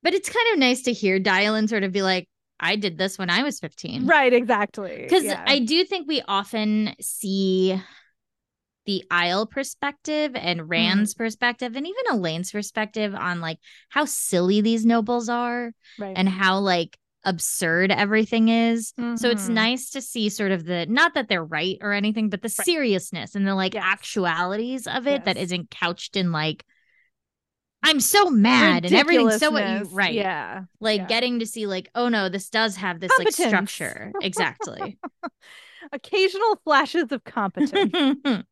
Speaker 1: but it's kind of nice to hear dylan sort of be like i did this when i was 15
Speaker 2: Right, exactly.
Speaker 1: because
Speaker 2: yeah.
Speaker 1: I do think we often see the Isle perspective and Rand's
Speaker 2: Mm-hmm.
Speaker 1: perspective and even Elaine's perspective on like how silly these nobles are
Speaker 2: right.
Speaker 1: and how like absurd everything is. So it's
Speaker 2: Mhm.
Speaker 1: nice to see sort of the not that they're right or anything, but the
Speaker 2: Right.
Speaker 1: seriousness and the like
Speaker 2: Yes.
Speaker 1: actualities of it that
Speaker 2: Yes.
Speaker 1: isn't couched in like I'm so mad and everything's so what you
Speaker 2: Ridiculousness,
Speaker 1: right.
Speaker 2: Yeah.
Speaker 1: Like
Speaker 2: yeah.
Speaker 1: getting to see like, oh no, this does have this like
Speaker 2: Competence.
Speaker 1: structure. Exactly.
Speaker 2: Occasional flashes of competence.
Speaker 1: because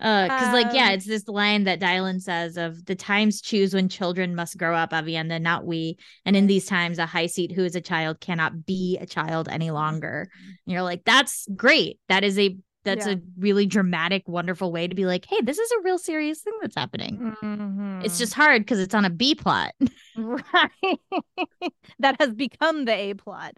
Speaker 1: Uh, like yeah
Speaker 2: Um,
Speaker 1: it's this line that dylan says of the times choose when children must grow up avienda not we and in these times a high seat who is a child cannot be a child any
Speaker 2: Mm-hmm.
Speaker 1: longer and you're like that's great that is a that's
Speaker 2: Yeah.
Speaker 1: a really dramatic wonderful way to be like hey this is a real serious thing that's happening it's
Speaker 2: Mhm.
Speaker 1: just hard because it's on a b plot
Speaker 2: Right. that has become the A plot.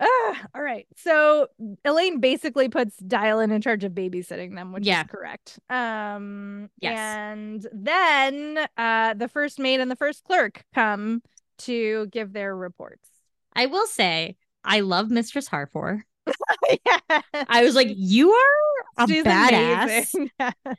Speaker 2: Ugh, all right. So Elaine basically puts Dylan in charge of babysitting them, which
Speaker 1: Yeah.
Speaker 2: is correct. Um
Speaker 1: Yes.
Speaker 2: and then uh the first maid and the first clerk come to give their reports.
Speaker 1: i will say i love mistress harfor
Speaker 2: yeah.
Speaker 1: i was like you are a
Speaker 2: She's
Speaker 1: badass
Speaker 2: amazing. Yeah.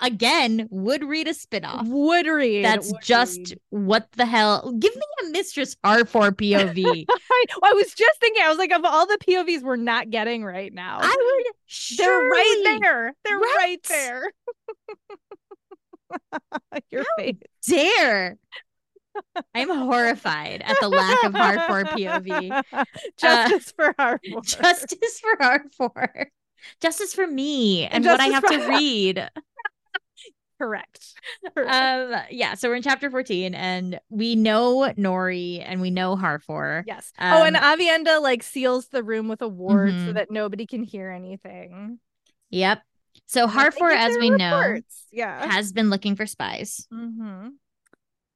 Speaker 1: again would read a spinoff
Speaker 2: Would read.
Speaker 1: That's
Speaker 2: would
Speaker 1: just
Speaker 2: read.
Speaker 1: what the hell. Give me a Mistress R4 POV.
Speaker 2: I, I was just thinking, I was like, of all the POVs we're not getting right now,
Speaker 1: I would.
Speaker 2: they're right
Speaker 1: surely
Speaker 2: there. They're right,
Speaker 1: Right.
Speaker 2: there. Your face.
Speaker 1: Dare. I'm horrified at the lack of R4 POV.
Speaker 2: Justice for our
Speaker 1: Justice for R4. Justice for me and,
Speaker 2: And
Speaker 1: what I have
Speaker 2: justice
Speaker 1: to
Speaker 2: for-
Speaker 1: read.
Speaker 2: Correct. Correct.
Speaker 1: Um, yeah, so we're in chapter 14 and we know Nori and we know Harfor.
Speaker 2: yes. oh, and
Speaker 1: um,
Speaker 2: Avienda like seals the room with a ward so
Speaker 1: Mhm.
Speaker 2: that nobody can hear anything.
Speaker 1: Yep. So
Speaker 2: Well, they
Speaker 1: Harfor,
Speaker 2: get
Speaker 1: as
Speaker 2: their
Speaker 1: we know,
Speaker 2: reports. yeah.
Speaker 1: has been looking for spies.
Speaker 2: Mm-hmm.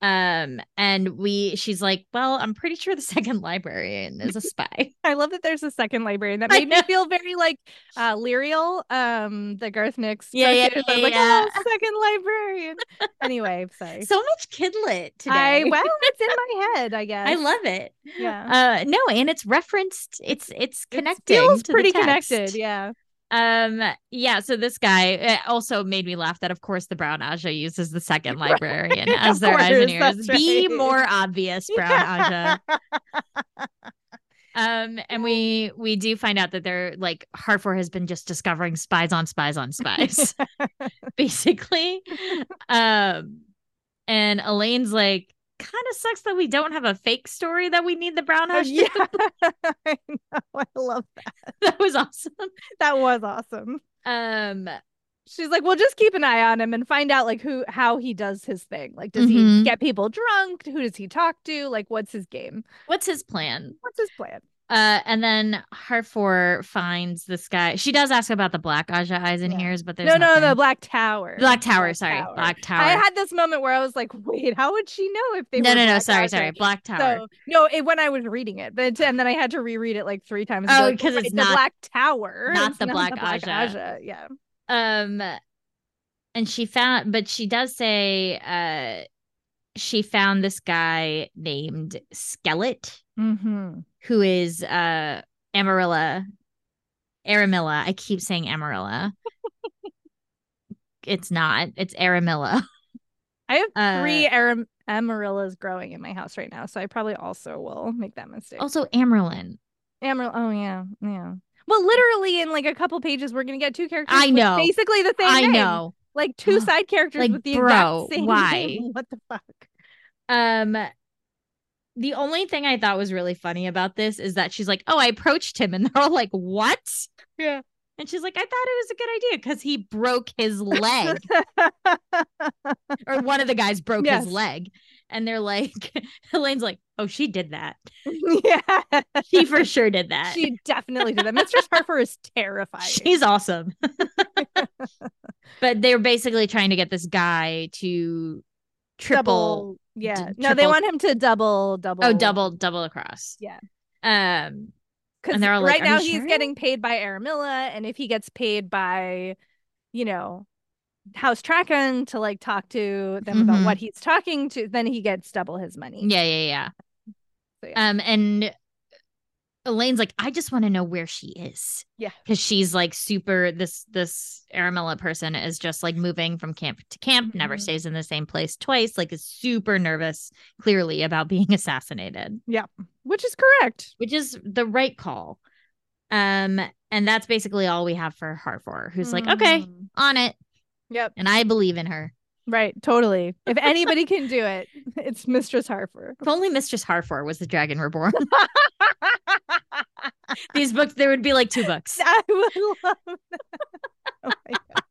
Speaker 1: Um, and we she's like, Well, I'm pretty sure the second librarian is a spy.
Speaker 2: I love that there's a second library, and that
Speaker 1: I
Speaker 2: made me
Speaker 1: know.
Speaker 2: feel very like uh Lyrial, um, the Garth Nix.
Speaker 1: Yeah, yeah,
Speaker 2: cartoon. I was
Speaker 1: yeah,
Speaker 2: like,
Speaker 1: yeah.
Speaker 2: "Oh, second librarian. anyway, sorry.
Speaker 1: so much kidlit today.
Speaker 2: I well, it's in my head, I guess.
Speaker 1: I love it.
Speaker 2: Yeah,
Speaker 1: Uh no, and it's referenced. It's it's
Speaker 2: It
Speaker 1: connected.
Speaker 2: feels pretty connected. Yeah,
Speaker 1: Um. Yeah. So this guy uh, also made me laugh. That of course the Brown Aja uses the second
Speaker 2: Right.
Speaker 1: librarian as
Speaker 2: Of
Speaker 1: their
Speaker 2: course,
Speaker 1: engineers.
Speaker 2: that's
Speaker 1: Be
Speaker 2: right.
Speaker 1: more obvious, Brown Aja. Um. And we we do find out that they're like Harfor has been just discovering spies on spies on spies, basically. Um. And Elaine's like, kind of sucks that we don't have a fake story that we need the Brown Aja.
Speaker 2: Uh, yeah. I know. I love that.
Speaker 1: that was awesome.
Speaker 2: That was awesome.
Speaker 1: Um.
Speaker 2: she's like, "Well, just keep an eye on him and find out like who how he does his thing. Like, does
Speaker 1: Mhm.
Speaker 2: he get people drunk? Who does he talk to? Like, what's his game?
Speaker 1: What's his plan?
Speaker 2: What's his plan?"
Speaker 1: Uh, and then Harfor finds this guy. She does ask about the black Aja eyes and
Speaker 2: Yeah.
Speaker 1: ears, but there's
Speaker 2: No, no, the
Speaker 1: nothing.
Speaker 2: Black Tower.
Speaker 1: Black Tower. sorry, Black Tower.
Speaker 2: I had this moment where I was like, "Wait, how would she know if they?"
Speaker 1: no,
Speaker 2: were
Speaker 1: no, no.
Speaker 2: Black
Speaker 1: Sorry,
Speaker 2: Aja?
Speaker 1: sorry. Black Tower.
Speaker 2: So no, it, when I was reading it, but and then I had to reread it like three times. and be
Speaker 1: Oh,
Speaker 2: like,
Speaker 1: 'cause it's
Speaker 2: "Wait,
Speaker 1: not-
Speaker 2: the Black Tower,
Speaker 1: not
Speaker 2: it's
Speaker 1: the Black Aja.
Speaker 2: Aja. Yeah,
Speaker 1: um, and she found, but she does say, uh, she found this guy named Skelet,
Speaker 2: mm-hmm.
Speaker 1: who is uh Amarilla, Aramilla. I keep saying Amarilla. it's not. It's Aramilla.
Speaker 2: I have
Speaker 1: Uh,
Speaker 2: three aram- Amarillas growing in my house right now, so I probably also will make that mistake.
Speaker 1: Also, Amarillin.
Speaker 2: Amaryl. Oh yeah, yeah. Well, literally in like a couple pages, we're gonna get two characters.
Speaker 1: I
Speaker 2: with
Speaker 1: know.
Speaker 2: basically the same.
Speaker 1: I
Speaker 2: name.
Speaker 1: know.
Speaker 2: like two side characters
Speaker 1: Like,
Speaker 2: with the
Speaker 1: bro,
Speaker 2: exact same.
Speaker 1: why?
Speaker 2: name. What the fuck?
Speaker 1: Um the only thing I thought was really funny about this is that she's like, "Oh, I approached him." And they're all like, "What?"
Speaker 2: Yeah.
Speaker 1: And she's like, "I thought it was a good idea cuz he broke his leg or one of the guys broke
Speaker 2: Yes.
Speaker 1: his leg." And they're like Elaine's like, "Oh, she did that.
Speaker 2: yeah,
Speaker 1: She for sure did that.
Speaker 2: she definitely did that. Mistress Harper is terrifying.
Speaker 1: She's awesome." but they're basically trying to get this guy to triple
Speaker 2: double. Yeah,
Speaker 1: d-
Speaker 2: no, they
Speaker 1: triple-
Speaker 2: want him to double, double.
Speaker 1: Oh, double double across.
Speaker 2: Yeah.
Speaker 1: Um
Speaker 2: Because
Speaker 1: and they're all like,
Speaker 2: right
Speaker 1: "Are you
Speaker 2: now he's
Speaker 1: sure?"
Speaker 2: getting paid by Aramilla, and if he gets paid by, you know, House Tracken to like talk to them
Speaker 1: Mhm.
Speaker 2: about what he's talking to, then he gets double his money.
Speaker 1: Yeah, yeah, yeah.
Speaker 2: So, yeah.
Speaker 1: Um, and Elaine's like, I just want to know where she is.
Speaker 2: Yeah.
Speaker 1: Cause she's like super this this Aramilla person is just like moving from camp to camp, never
Speaker 2: Mhm.
Speaker 1: stays in the same place twice, like is super nervous, clearly, about being assassinated,
Speaker 2: Which is correct.
Speaker 1: which is the right call. Um, and that's basically all we have for Harfor, who's like, okay,
Speaker 2: Mhm.
Speaker 1: on it.
Speaker 2: Yep.
Speaker 1: And I believe in her.
Speaker 2: Right. Totally. If anybody can do it, it's Mistress Harper.
Speaker 1: If only Mistress Harfor was the Dragon Reborn. These books, there would be like two books.
Speaker 2: I would love that. Oh my God.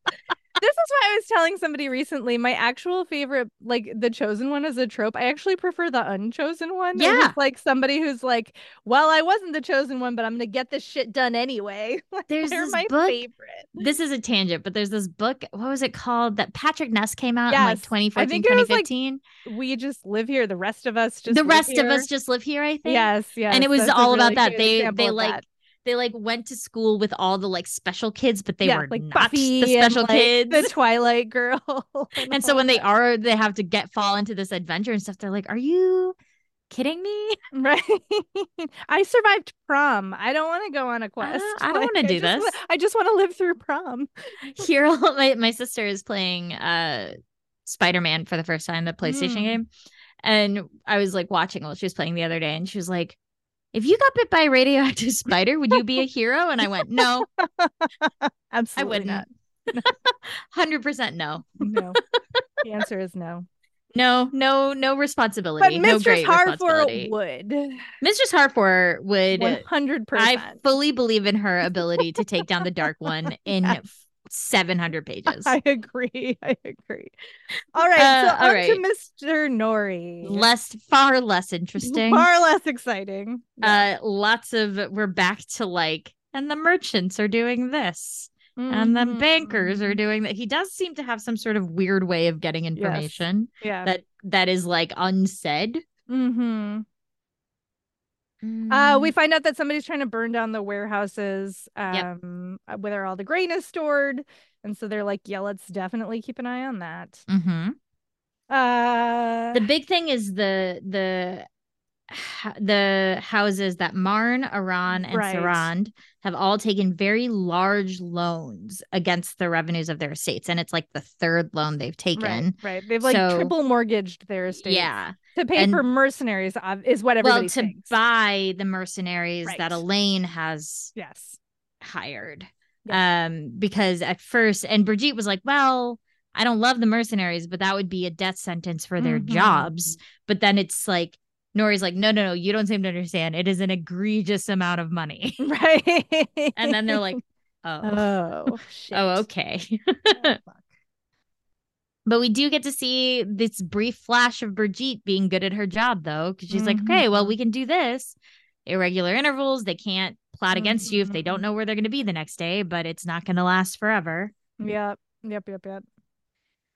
Speaker 2: This is why I was telling somebody recently. My actual favorite, like the chosen one is a trope. I actually prefer the unchosen one. It was
Speaker 1: Yeah.
Speaker 2: like somebody who's like, well, I wasn't the chosen one, but I'm gonna get this shit done anyway. Like,
Speaker 1: There's
Speaker 2: They're
Speaker 1: this
Speaker 2: my
Speaker 1: book
Speaker 2: favorite.
Speaker 1: this is a tangent, but there's this book. What was it called? That Patrick Ness came out in like
Speaker 2: Yes.
Speaker 1: 2014,
Speaker 2: I think it was, like,
Speaker 1: 2015.
Speaker 2: We just live here. The rest of us just
Speaker 1: the
Speaker 2: live
Speaker 1: rest of
Speaker 2: here.
Speaker 1: us just live here, I think.
Speaker 2: Yes, yes.
Speaker 1: it was
Speaker 2: that's a
Speaker 1: all about
Speaker 2: really
Speaker 1: that.
Speaker 2: good
Speaker 1: They-
Speaker 2: example
Speaker 1: they,
Speaker 2: of
Speaker 1: like,
Speaker 2: that.
Speaker 1: They like went to school with all the like special kids, but they
Speaker 2: Yeah,
Speaker 1: were
Speaker 2: like
Speaker 1: not
Speaker 2: Buffy
Speaker 1: the special
Speaker 2: and, like,
Speaker 1: kids.
Speaker 2: the Twilight Girl.
Speaker 1: and so
Speaker 2: all
Speaker 1: when they
Speaker 2: that.
Speaker 1: are, they have to get fall into this adventure and stuff. They're like, "Are you kidding me?
Speaker 2: Right. I survived prom. I don't want to go on a quest.
Speaker 1: Uh, I don't wanna
Speaker 2: I
Speaker 1: do
Speaker 2: just wa-
Speaker 1: this.
Speaker 2: I just want to live through prom.
Speaker 1: Here, my my sister is playing uh Spider Man for the first time, the PlayStation
Speaker 2: Mm.
Speaker 1: game, and I was like watching while she was playing the other day, and she was like. If you got bit by a radioactive spider, would you be a hero? And I went, no, I
Speaker 2: Absolutely
Speaker 1: wouldn't.
Speaker 2: not.
Speaker 1: Hundred percent no,
Speaker 2: No. the answer is no.
Speaker 1: no, no, no responsibility.
Speaker 2: But
Speaker 1: no
Speaker 2: Mistress
Speaker 1: great
Speaker 2: Harfor
Speaker 1: responsibility.
Speaker 2: would.
Speaker 1: Mistress Harfor would.
Speaker 2: 100%.
Speaker 1: I fully believe in her ability to take down the dark one in seven hundred pages.
Speaker 2: I agree. I agree. All right.
Speaker 1: Uh,
Speaker 2: so
Speaker 1: all
Speaker 2: on
Speaker 1: right.
Speaker 2: to Mr. Nori.
Speaker 1: Less, far less interesting.
Speaker 2: Far less exciting. Yeah.
Speaker 1: uh, lots of we're back to like, and the merchants are doing this, and then
Speaker 2: Mhm.
Speaker 1: bankers are doing that. He does seem to have some sort of weird way of getting information
Speaker 2: yeah.
Speaker 1: that that is like unsaid.
Speaker 2: mm-hmm. Uh,
Speaker 1: Mm-hmm.
Speaker 2: we find out that somebody's trying to burn down the warehouses um, uh, where all the grain is stored. And so they're like, yeah, let's definitely keep an eye on that.
Speaker 1: hmm
Speaker 2: Uh,
Speaker 1: the big thing is the the h- the houses that Marn, Iran, and
Speaker 2: Right.
Speaker 1: Sarand have all taken very large loans against the revenues of their estates, and it's like the third loan they've
Speaker 2: right,
Speaker 1: taken.
Speaker 2: right. They've like
Speaker 1: So-
Speaker 2: triple mortgaged their estate
Speaker 1: Yeah,
Speaker 2: to pay
Speaker 1: and-
Speaker 2: for mercenaries ob- is what everybody
Speaker 1: well, to
Speaker 2: thinks.
Speaker 1: buy the mercenaries
Speaker 2: Right.
Speaker 1: that Elaine has
Speaker 2: yes.
Speaker 1: hired, um, because at first, and Brigitte was like, "Well, I don't love the mercenaries, but that would be a death sentence for their
Speaker 2: Mhm.
Speaker 1: jobs." But then it's like Nori's like, "No, no, no, you don't seem to understand. It is an egregious amount of money."
Speaker 2: Right.
Speaker 1: and then they're like, "Oh,
Speaker 2: oh, shit.
Speaker 1: oh, okay."
Speaker 2: Oh, fuck.
Speaker 1: But we do get to see this brief flash of Brigitte being good at her job, though, because she's like,
Speaker 2: Mhm.
Speaker 1: "Okay, well, we can do this. Irregular intervals. They can't plot against you if they don't
Speaker 2: Mhm.
Speaker 1: know where they're going to be the next day, but it's not going to last forever."
Speaker 2: Yep. Yep. Yep. Yep.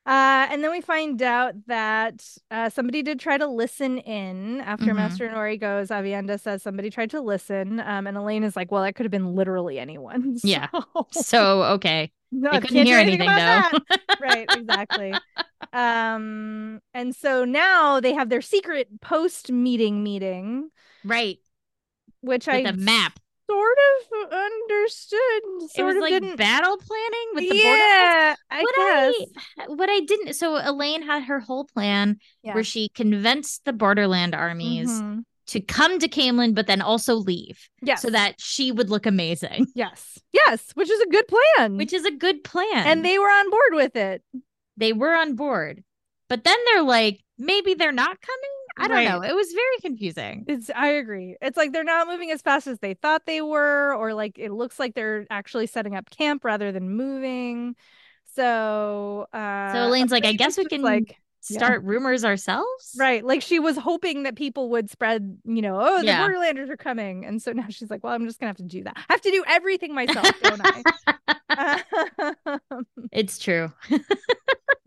Speaker 2: Uh, and then we find out that uh, somebody did try to listen in after
Speaker 1: Mhm.
Speaker 2: Master Nori goes. Avienda says somebody tried to listen, um, and Elaine is like, "Well, that could have been literally anyone."
Speaker 1: Yeah.
Speaker 2: so-
Speaker 1: So, okay.
Speaker 2: no,
Speaker 1: They
Speaker 2: I
Speaker 1: couldn't
Speaker 2: can't do
Speaker 1: hear
Speaker 2: about
Speaker 1: anything,
Speaker 2: that. right, exactly. um, and so now they have their secret post meeting meeting,
Speaker 1: Right.
Speaker 2: which
Speaker 1: With
Speaker 2: I
Speaker 1: a map.
Speaker 2: sort of understood,
Speaker 1: It
Speaker 2: sort
Speaker 1: was
Speaker 2: of
Speaker 1: like
Speaker 2: didn't.
Speaker 1: battle planning with the borderlands.
Speaker 2: yeah, I
Speaker 1: What
Speaker 2: guess.
Speaker 1: I what I didn't so Elaine had her whole plan
Speaker 2: yeah.
Speaker 1: where she convinced the borderland armies
Speaker 2: Mhm.
Speaker 1: to come to Camelin but then also leave
Speaker 2: Yes. Mm-hmm.
Speaker 1: so that she would look amazing,
Speaker 2: Yes. Yes, which is a good plan.
Speaker 1: which is a good plan.
Speaker 2: and they were on board with it.
Speaker 1: they were on board. But then they're like maybe they're not coming. I don't
Speaker 2: Right.
Speaker 1: know. It was very confusing.
Speaker 2: It's I agree. It's like they're not moving as fast as they thought they were or like it looks like they're actually setting up camp rather than moving. So, uh
Speaker 1: So Elaine's like, I
Speaker 2: Elaine
Speaker 1: guess
Speaker 2: was
Speaker 1: we
Speaker 2: just
Speaker 1: can
Speaker 2: like yeah.
Speaker 1: Start rumors ourselves.
Speaker 2: right, like she was hoping that people would spread, you know, oh, the
Speaker 1: Yeah.
Speaker 2: borderlanders are coming. And so now she's like, well, I'm just going to have to do that. I have to do everything myself, don't I? Um,
Speaker 1: It's true.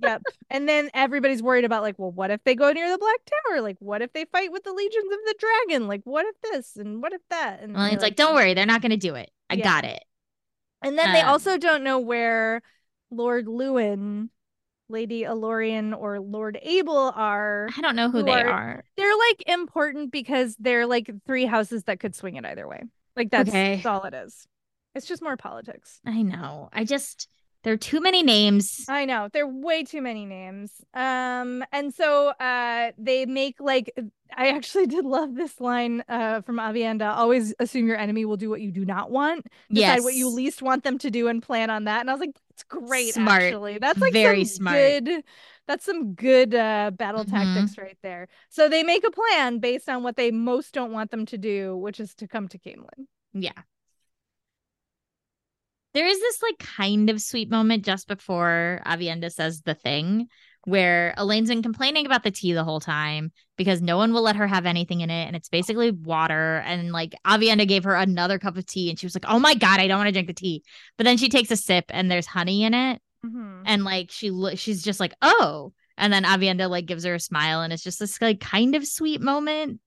Speaker 2: Yep. And then everybody's worried about like, well, what if they go near the Black Tower? Like, what if they fight with the legions of the dragon? Like, what if this and what if that? And
Speaker 1: Elaine's
Speaker 2: they're
Speaker 1: like, don't worry, they're not going to do it. I
Speaker 2: Yeah.
Speaker 1: got it.
Speaker 2: And then they
Speaker 1: um,
Speaker 2: also don't know where Lord Lewin, Lady Alorian, or Lord Abel are.
Speaker 1: I don't know who
Speaker 2: who
Speaker 1: they
Speaker 2: are-
Speaker 1: are.
Speaker 2: They're like important because they're like three houses that could swing it either way. Like that's,
Speaker 1: Okay.
Speaker 2: that's all it is. It's just more politics.
Speaker 1: I know. I just there are too many names.
Speaker 2: I know. There are way too many names. Um, and so uh they make like I actually did love this line uh from Avienda. Always assume your enemy will do what you do not want. Decide
Speaker 1: yes.
Speaker 2: what you least want them to do and plan on that. And I was like, that's great,
Speaker 1: Smart.
Speaker 2: actually. That's like
Speaker 1: Very
Speaker 2: some
Speaker 1: smart.
Speaker 2: good that's some good uh battle
Speaker 1: Mhm.
Speaker 2: tactics right there. So they make a plan based on what they most don't want them to do, which is to come to Camelin.
Speaker 1: Yeah. There is this like kind of sweet moment just before Avienda says the thing where Elaine's been complaining about the tea the whole time because no one will let her have anything in it. And it's basically water. And like Avienda gave her another cup of tea and she was like, oh my God, I don't want to drink the tea. But then she takes a sip and there's honey in it.
Speaker 2: Mm-hmm.
Speaker 1: and like she lo- she's just like oh and then avienda like gives her a smile and it's just this like kind of sweet moment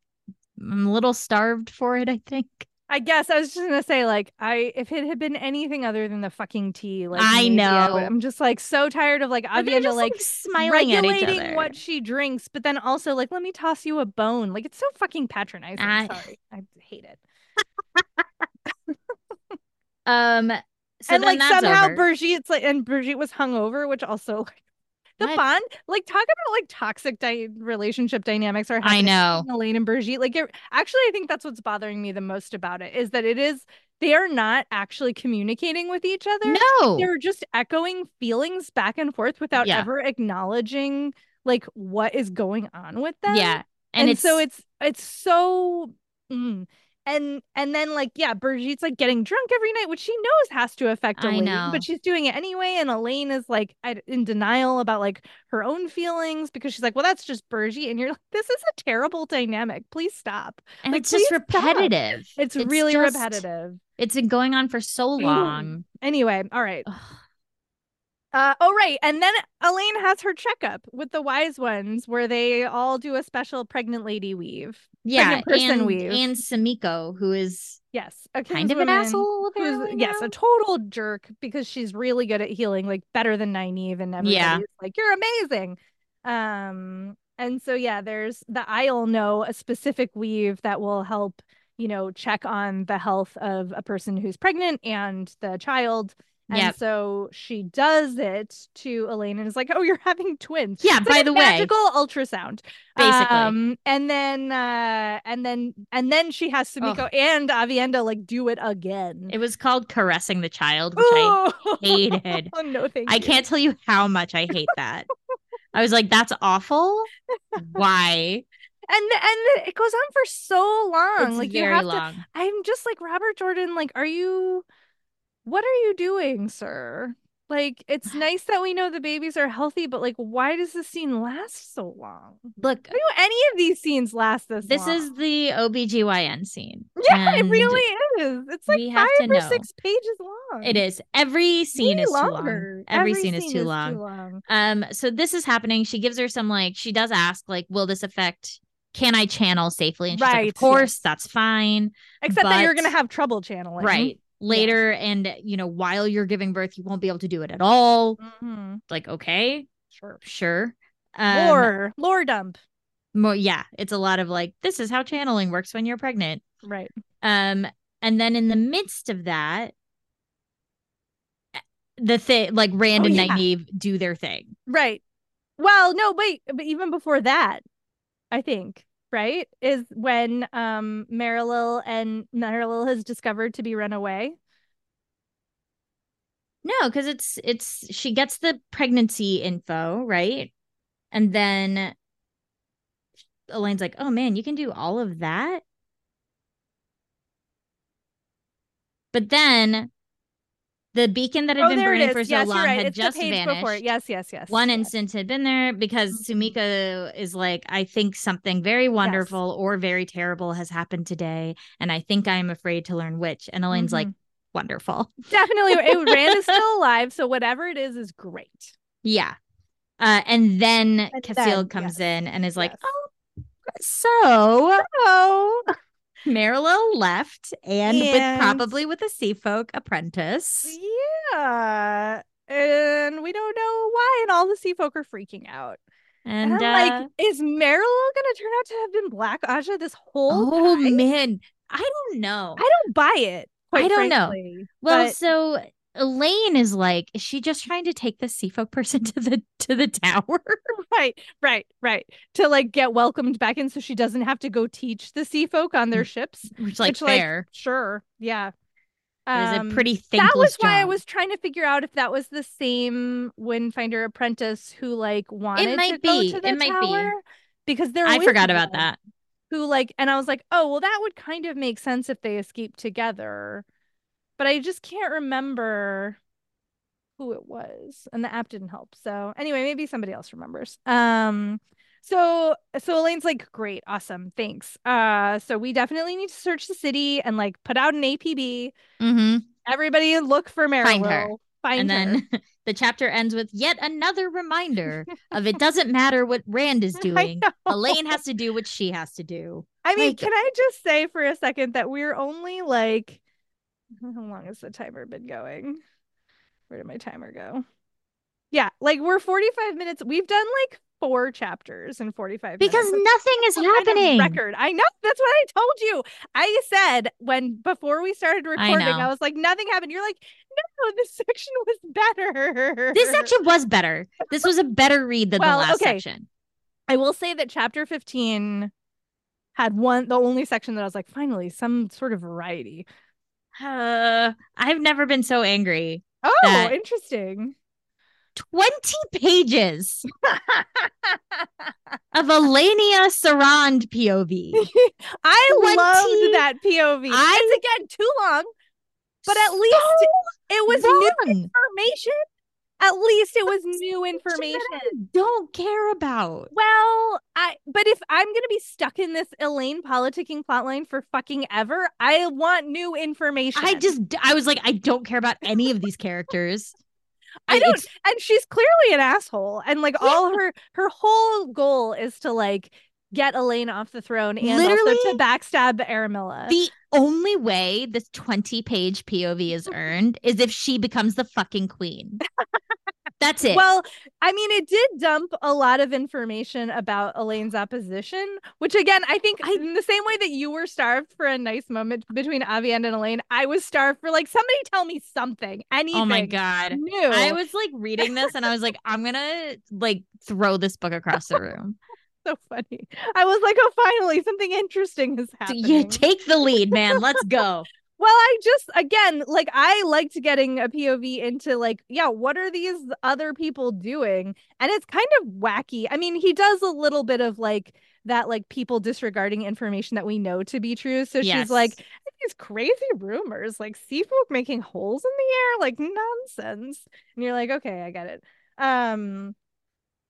Speaker 1: i'm a little starved for it i think
Speaker 2: I guess I was just gonna say, like, I if it had been anything other than the fucking tea, like
Speaker 1: I
Speaker 2: maybe would-
Speaker 1: know.
Speaker 2: I'm just like so tired of like
Speaker 1: But they're
Speaker 2: Avienda
Speaker 1: just,
Speaker 2: like,
Speaker 1: smiling at each
Speaker 2: regulating
Speaker 1: other
Speaker 2: what she drinks, but then also like, let me toss you a bone. Like it's so fucking patronizing.
Speaker 1: I-
Speaker 2: Sorry, I hate it.
Speaker 1: um so then
Speaker 2: and like
Speaker 1: that's
Speaker 2: somehow
Speaker 1: over.
Speaker 2: Brigitte, it's like, and Brigitte was hungover, which also like the
Speaker 1: What?
Speaker 2: bond, like talk about like toxic di- relationship dynamics are
Speaker 1: I
Speaker 2: happening.
Speaker 1: know.
Speaker 2: between Elaine and Brigitte. Like it, actually, I think that's what's bothering me the most about it is that it is they are not actually communicating with each other.
Speaker 1: no
Speaker 2: they were just echoing feelings back and forth without
Speaker 1: Oh. Yeah.
Speaker 2: ever acknowledging like what is going on with them.
Speaker 1: yeah
Speaker 2: And,
Speaker 1: and, it's
Speaker 2: so it's it's so mm, and and then like yeah Brigitte like getting drunk every night which she knows has to affect
Speaker 1: I
Speaker 2: elaine
Speaker 1: know.
Speaker 2: but she's doing it anyway and elaine is like I- in denial about like her own feelings because she's like well that's just Brigitte and you're like this is a terrible dynamic please stop
Speaker 1: And
Speaker 2: Like,
Speaker 1: it's just
Speaker 2: please stop.
Speaker 1: repetitive.
Speaker 2: it's,
Speaker 1: It's
Speaker 2: really
Speaker 1: just-
Speaker 2: repetitive Mm.
Speaker 1: It's been going on for so long.
Speaker 2: anyway all right
Speaker 1: Ugh.
Speaker 2: Uh, oh, right. And then Elaine has her checkup with the wise ones where they all do a special pregnant lady weave.
Speaker 1: yeah,
Speaker 2: person
Speaker 1: and,
Speaker 2: weave.
Speaker 1: and Samiko, who is
Speaker 2: Yes. A
Speaker 1: kind of an
Speaker 2: kinswoman
Speaker 1: asshole.
Speaker 2: Who's,
Speaker 1: apparently
Speaker 2: yes,
Speaker 1: now.
Speaker 2: a total jerk because she's really good at healing, like better than Nynaeve and everybody.
Speaker 1: Yeah.
Speaker 2: is Like, you're amazing. Um, and so, yeah, there's the I'll know a specific weave that will help, you know, check on the health of a person who's pregnant and the child. And
Speaker 1: Yep.
Speaker 2: so she does it to Elaine and is like, oh, you're having twins.
Speaker 1: Yeah,
Speaker 2: It's
Speaker 1: by
Speaker 2: like a
Speaker 1: the way,
Speaker 2: magical ultrasound,
Speaker 1: Basically.
Speaker 2: Um, and then, uh, and then, and then she has Sumiko and Avienda like do it again.
Speaker 1: it was called Caressing the Child, which I hated.
Speaker 2: Oh no, thank
Speaker 1: I
Speaker 2: you.
Speaker 1: can't tell you how much I hate that. I was like, that's awful. Why?
Speaker 2: And and it goes on for so long.
Speaker 1: It's
Speaker 2: like you
Speaker 1: very
Speaker 2: have to.
Speaker 1: long.
Speaker 2: I'm just like Robert Jordan. Like, are you? What are you doing, sir? Like, it's nice that we know the babies are healthy, but like, why does this scene last so long?
Speaker 1: Look,
Speaker 2: Why do any of these scenes last this?
Speaker 1: this is
Speaker 2: long?
Speaker 1: the OBGYN scene.
Speaker 2: Yeah,
Speaker 1: and
Speaker 2: it really is. It's like
Speaker 1: we
Speaker 2: five
Speaker 1: have to
Speaker 2: or
Speaker 1: know.
Speaker 2: six pages long.
Speaker 1: It is. Every scene
Speaker 2: Way
Speaker 1: is
Speaker 2: longer.
Speaker 1: too long. Every, scene, is too long. Um, so this is happening. She gives her some like she does ask, like, will this affect can I channel safely? And she's like,
Speaker 2: Right,
Speaker 1: of course,
Speaker 2: yes.
Speaker 1: that's fine.
Speaker 2: Except that you're
Speaker 1: But-
Speaker 2: gonna have trouble channeling.
Speaker 1: right later and you know while you're giving birth you won't be able to do it at all
Speaker 2: hmm
Speaker 1: like okay
Speaker 2: Sure.
Speaker 1: sure um,
Speaker 2: Lore. Lore dump.
Speaker 1: more yeah it's a lot of like this is how channeling works when you're pregnant
Speaker 2: Right.
Speaker 1: um and then in the midst of that the thing like rand
Speaker 2: Oh,
Speaker 1: and
Speaker 2: yeah.
Speaker 1: naive do their thing
Speaker 2: Right. Well, no, wait, but even before that, I think, right? Is when um Marilil and Marilil has discovered to be runaway.
Speaker 1: no because it's it's she gets the pregnancy info right and then elaine's like oh man you can do all of that but then the beacon that had
Speaker 2: Oh,
Speaker 1: been
Speaker 2: there it
Speaker 1: burning
Speaker 2: is.
Speaker 1: for so
Speaker 2: yes,
Speaker 1: long
Speaker 2: you're right.
Speaker 1: had
Speaker 2: it's
Speaker 1: just
Speaker 2: the page
Speaker 1: vanished
Speaker 2: before. it. Yes, yes, yes.
Speaker 1: one
Speaker 2: yes. Mm-hmm.
Speaker 1: instance had been there because Sumika is like, I think something very wonderful or very terrible has happened today, and I think I'm afraid to learn which. And Elaine's like,
Speaker 2: Mm-hmm.
Speaker 1: wonderful,
Speaker 2: Definitely. It, Rand is still alive, so whatever it is is great.
Speaker 1: yeah. Uh, and then
Speaker 2: And
Speaker 1: Castile
Speaker 2: then,
Speaker 1: comes
Speaker 2: yes,
Speaker 1: in and is like,
Speaker 2: yes.
Speaker 1: oh, so
Speaker 2: Oh,
Speaker 1: Marilo left, and, with
Speaker 2: And-
Speaker 1: probably with a sea folk apprentice.
Speaker 2: yeah. And we don't know why, and all the sea folk are freaking out.
Speaker 1: And,
Speaker 2: And,
Speaker 1: uh,
Speaker 2: I'm like, is Marilil gonna turn out to have been Black Aja this whole
Speaker 1: oh
Speaker 2: time?
Speaker 1: man, I don't know.
Speaker 2: I don't buy it. Quite
Speaker 1: I don't know.
Speaker 2: frankly.
Speaker 1: Well,
Speaker 2: but-
Speaker 1: so Elaine is like, is she just trying to take the Seafolk person to the to the tower?
Speaker 2: right, right, right. To like get welcomed back in so she doesn't have to go teach the sea folk on
Speaker 1: Mm.
Speaker 2: their ships.
Speaker 1: Which, like,
Speaker 2: Which, like,
Speaker 1: fair.
Speaker 2: Sure. Yeah.
Speaker 1: it is
Speaker 2: Um,
Speaker 1: a pretty thankless
Speaker 2: that was why I
Speaker 1: job.
Speaker 2: was trying to figure out if that was the same Windfinder apprentice who like wanted to
Speaker 1: might
Speaker 2: go
Speaker 1: be.
Speaker 2: to the
Speaker 1: It might be.
Speaker 2: tower. Because there
Speaker 1: I
Speaker 2: was
Speaker 1: forgot about
Speaker 2: one
Speaker 1: that.
Speaker 2: Who like and I was like, oh well that would kind of make sense if they escaped together. But I just can't remember who it was and the app didn't help so anyway maybe somebody else remembers um so so elaine's like great awesome thanks uh so we definitely need to search the city and like put out an apb
Speaker 1: hmm
Speaker 2: everybody look for Meryl.
Speaker 1: Find her. And
Speaker 2: find her.
Speaker 1: then the chapter ends with yet another reminder of it doesn't matter what Rand is doing.
Speaker 2: I, know.
Speaker 1: Elaine has to do what she has to do.
Speaker 2: I mean
Speaker 1: like-
Speaker 2: can i just say for a second that we're only like how long has the timer been going where did my timer go yeah like we're 45 minutes we've done like four chapters in 45
Speaker 1: Because
Speaker 2: minutes
Speaker 1: nothing is
Speaker 2: some kind of
Speaker 1: happening.
Speaker 2: record. I know. That's what I told you. I said when before we started recording, I,
Speaker 1: know.
Speaker 2: was like, nothing happened. You're like, no, this section was better.
Speaker 1: This section was better. This was a better read than
Speaker 2: Well,
Speaker 1: the last
Speaker 2: okay.
Speaker 1: section.
Speaker 2: I will say that chapter 15 had one the only section that I was like, finally, some sort of variety.
Speaker 1: Uh, I've never been so angry
Speaker 2: Oh,
Speaker 1: That-
Speaker 2: interesting.
Speaker 1: 20 pages of Elania Sarand POV.
Speaker 2: I
Speaker 1: 20
Speaker 2: loved that POV.
Speaker 1: I-
Speaker 2: it's again too long, but at
Speaker 1: So
Speaker 2: least it was new
Speaker 1: long.
Speaker 2: information. At least it was new
Speaker 1: Shit that
Speaker 2: information.
Speaker 1: I don't care about.
Speaker 2: Well, I but if I'm gonna be stuck in this Elaine politicking plotline for fucking ever, I want new information.
Speaker 1: I just, I was like, I don't care about any of these characters.
Speaker 2: I
Speaker 1: And
Speaker 2: don't-
Speaker 1: it's-
Speaker 2: and she's clearly an asshole, and like
Speaker 1: Yeah.
Speaker 2: all her her whole goal is to like get Elaine off the throne and also
Speaker 1: Literally,
Speaker 2: to backstab Aramilla.
Speaker 1: The only way this 20 page POV is earned is if she becomes the fucking queen. That's it.
Speaker 2: Well, I mean, it did dump a lot of information about Elaine's opposition, which again, I think
Speaker 1: I-
Speaker 2: in the same way that you were starved for a nice moment between Avian and Elaine, I was starved for like somebody tell me something, anything.
Speaker 1: oh my God.
Speaker 2: New.
Speaker 1: I was like reading this and I was like, I'm gonna like throw this book across the room.
Speaker 2: so funny. I was like, oh, finally, something interesting is
Speaker 1: So
Speaker 2: happening.
Speaker 1: you take the lead, man. Let's go.
Speaker 2: Well, I just again like I liked getting a POV into like, yeah, what are these other people doing? And it's kind of wacky. I mean, he does a little bit of like that like people disregarding information that we know to be true. So she's like
Speaker 1: Yes.
Speaker 2: these crazy rumors, like seafolk making holes in the air, like nonsense. And you're like, okay, I get it. Um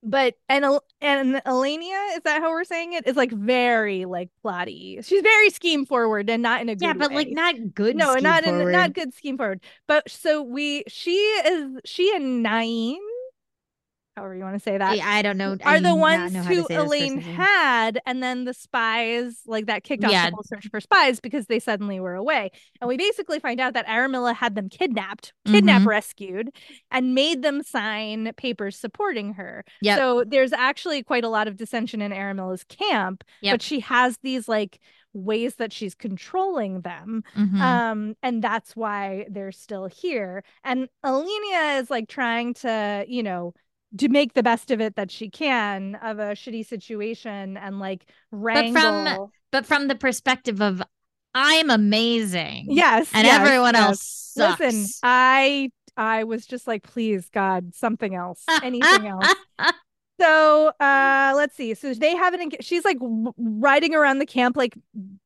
Speaker 2: but and El- and Elenia, is that how we're saying it? Is like very like plotty. She's very scheme forward and not in a good
Speaker 1: yeah, but like
Speaker 2: way
Speaker 1: not good.
Speaker 2: no,
Speaker 1: scheme
Speaker 2: not
Speaker 1: forward.
Speaker 2: in, not good scheme forward. But so we, she is, she and Naeem, however you want to say that,
Speaker 1: I, I don't know. I
Speaker 2: are
Speaker 1: do
Speaker 2: the
Speaker 1: not
Speaker 2: ones
Speaker 1: know how to
Speaker 2: who
Speaker 1: say this
Speaker 2: Elaine
Speaker 1: person's name.
Speaker 2: had, and then the spies, like that kicked off
Speaker 1: Yeah.
Speaker 2: the whole search for spies because they suddenly were away, and we basically find out that Aramilla had them kidnapped,
Speaker 1: Mm-hmm.
Speaker 2: kidnapped, rescued, and made them sign papers supporting her.
Speaker 1: Yep.
Speaker 2: So there's actually quite a lot of dissension in Aramilla's camp,
Speaker 1: Yep.
Speaker 2: but she has these like ways that she's controlling them
Speaker 1: Mhm.
Speaker 2: um and that's why they're still here and Alenia is like trying to you know to make the best of it that she can of a shitty situation and like
Speaker 1: from-
Speaker 2: wrangle
Speaker 1: but from the perspective of I'm amazing.
Speaker 2: yes
Speaker 1: And
Speaker 2: yes,
Speaker 1: everyone
Speaker 2: yes.
Speaker 1: else sucks.
Speaker 2: listen i i was just like please god something else anything else So uh let's see. So they haven't enga- she's like w- riding around the camp like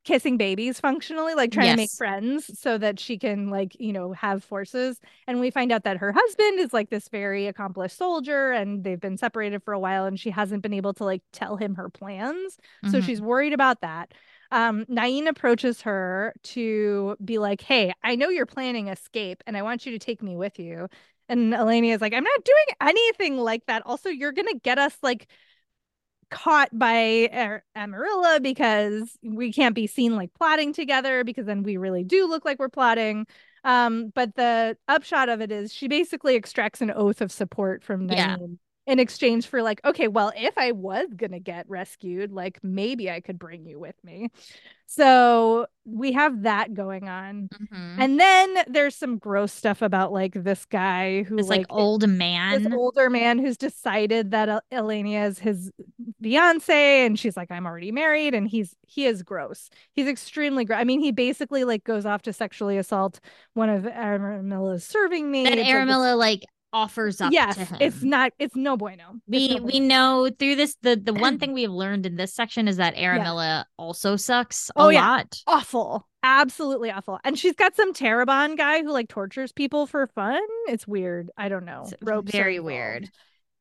Speaker 2: kissing babies functionally, like trying to make
Speaker 1: Yes.
Speaker 2: friends so that she can like, you know, have forces. And we find out that her husband is like this very accomplished soldier and they've been separated for a while and she hasn't been able to like tell him her plans. So
Speaker 1: Mhm.
Speaker 2: she's worried about that. Um Nain approaches her to be like, "Hey, I know you're planning escape and I want you to take me with you." And Elenia is like, I'm not doing anything like that. Also, you're going to get us like caught by Ar- Amarilla because we can't be seen like plotting together because then we really do look like we're plotting. Um, but the upshot of it is she basically extracts an oath of support from Naeem
Speaker 1: Yeah.
Speaker 2: in exchange for like, okay, well, if I was going to get rescued, like maybe I could bring you with me. So we have that going on.
Speaker 1: Mhm.
Speaker 2: And then there's some gross stuff about like this guy who
Speaker 1: this like,
Speaker 2: like,
Speaker 1: old man.
Speaker 2: this older man who's decided that El- Elenia is his fiance and she's like I'm already married and he's he is gross. He's extremely gross. I mean he basically like goes off to sexually assault one of Aramilla's serving maids.
Speaker 1: that
Speaker 2: like, it's-
Speaker 1: Aramilla like offers up
Speaker 2: yes,
Speaker 1: to him.
Speaker 2: it's not it's no bueno. It's
Speaker 1: we
Speaker 2: no
Speaker 1: we know through this the the one thing we have learned in this section is that Aramilla also sucks a
Speaker 2: Oh, yeah.
Speaker 1: lot.
Speaker 2: awful absolutely awful and she's got some Terabon guy who like tortures people for fun it's weird i don't know
Speaker 1: It's
Speaker 2: Ropes are
Speaker 1: very
Speaker 2: involved.
Speaker 1: weird.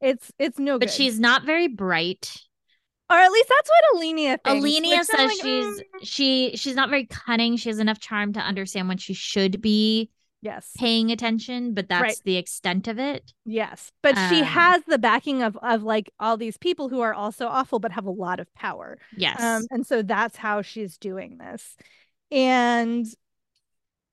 Speaker 2: it's it's no
Speaker 1: But
Speaker 2: good
Speaker 1: she's not very bright.
Speaker 2: or at least that's what alenia thinks
Speaker 1: Alenia
Speaker 2: which
Speaker 1: says
Speaker 2: I'm like,
Speaker 1: she's
Speaker 2: mm,
Speaker 1: she she's not very cunning. She has enough charm to understand when she should be
Speaker 2: yes
Speaker 1: paying attention, but that's the extent of it.
Speaker 2: yes but she
Speaker 1: Um,
Speaker 2: has the backing of of like all these people who are also awful but have a lot of power
Speaker 1: Yes.
Speaker 2: Um, and so that's how she's doing this. And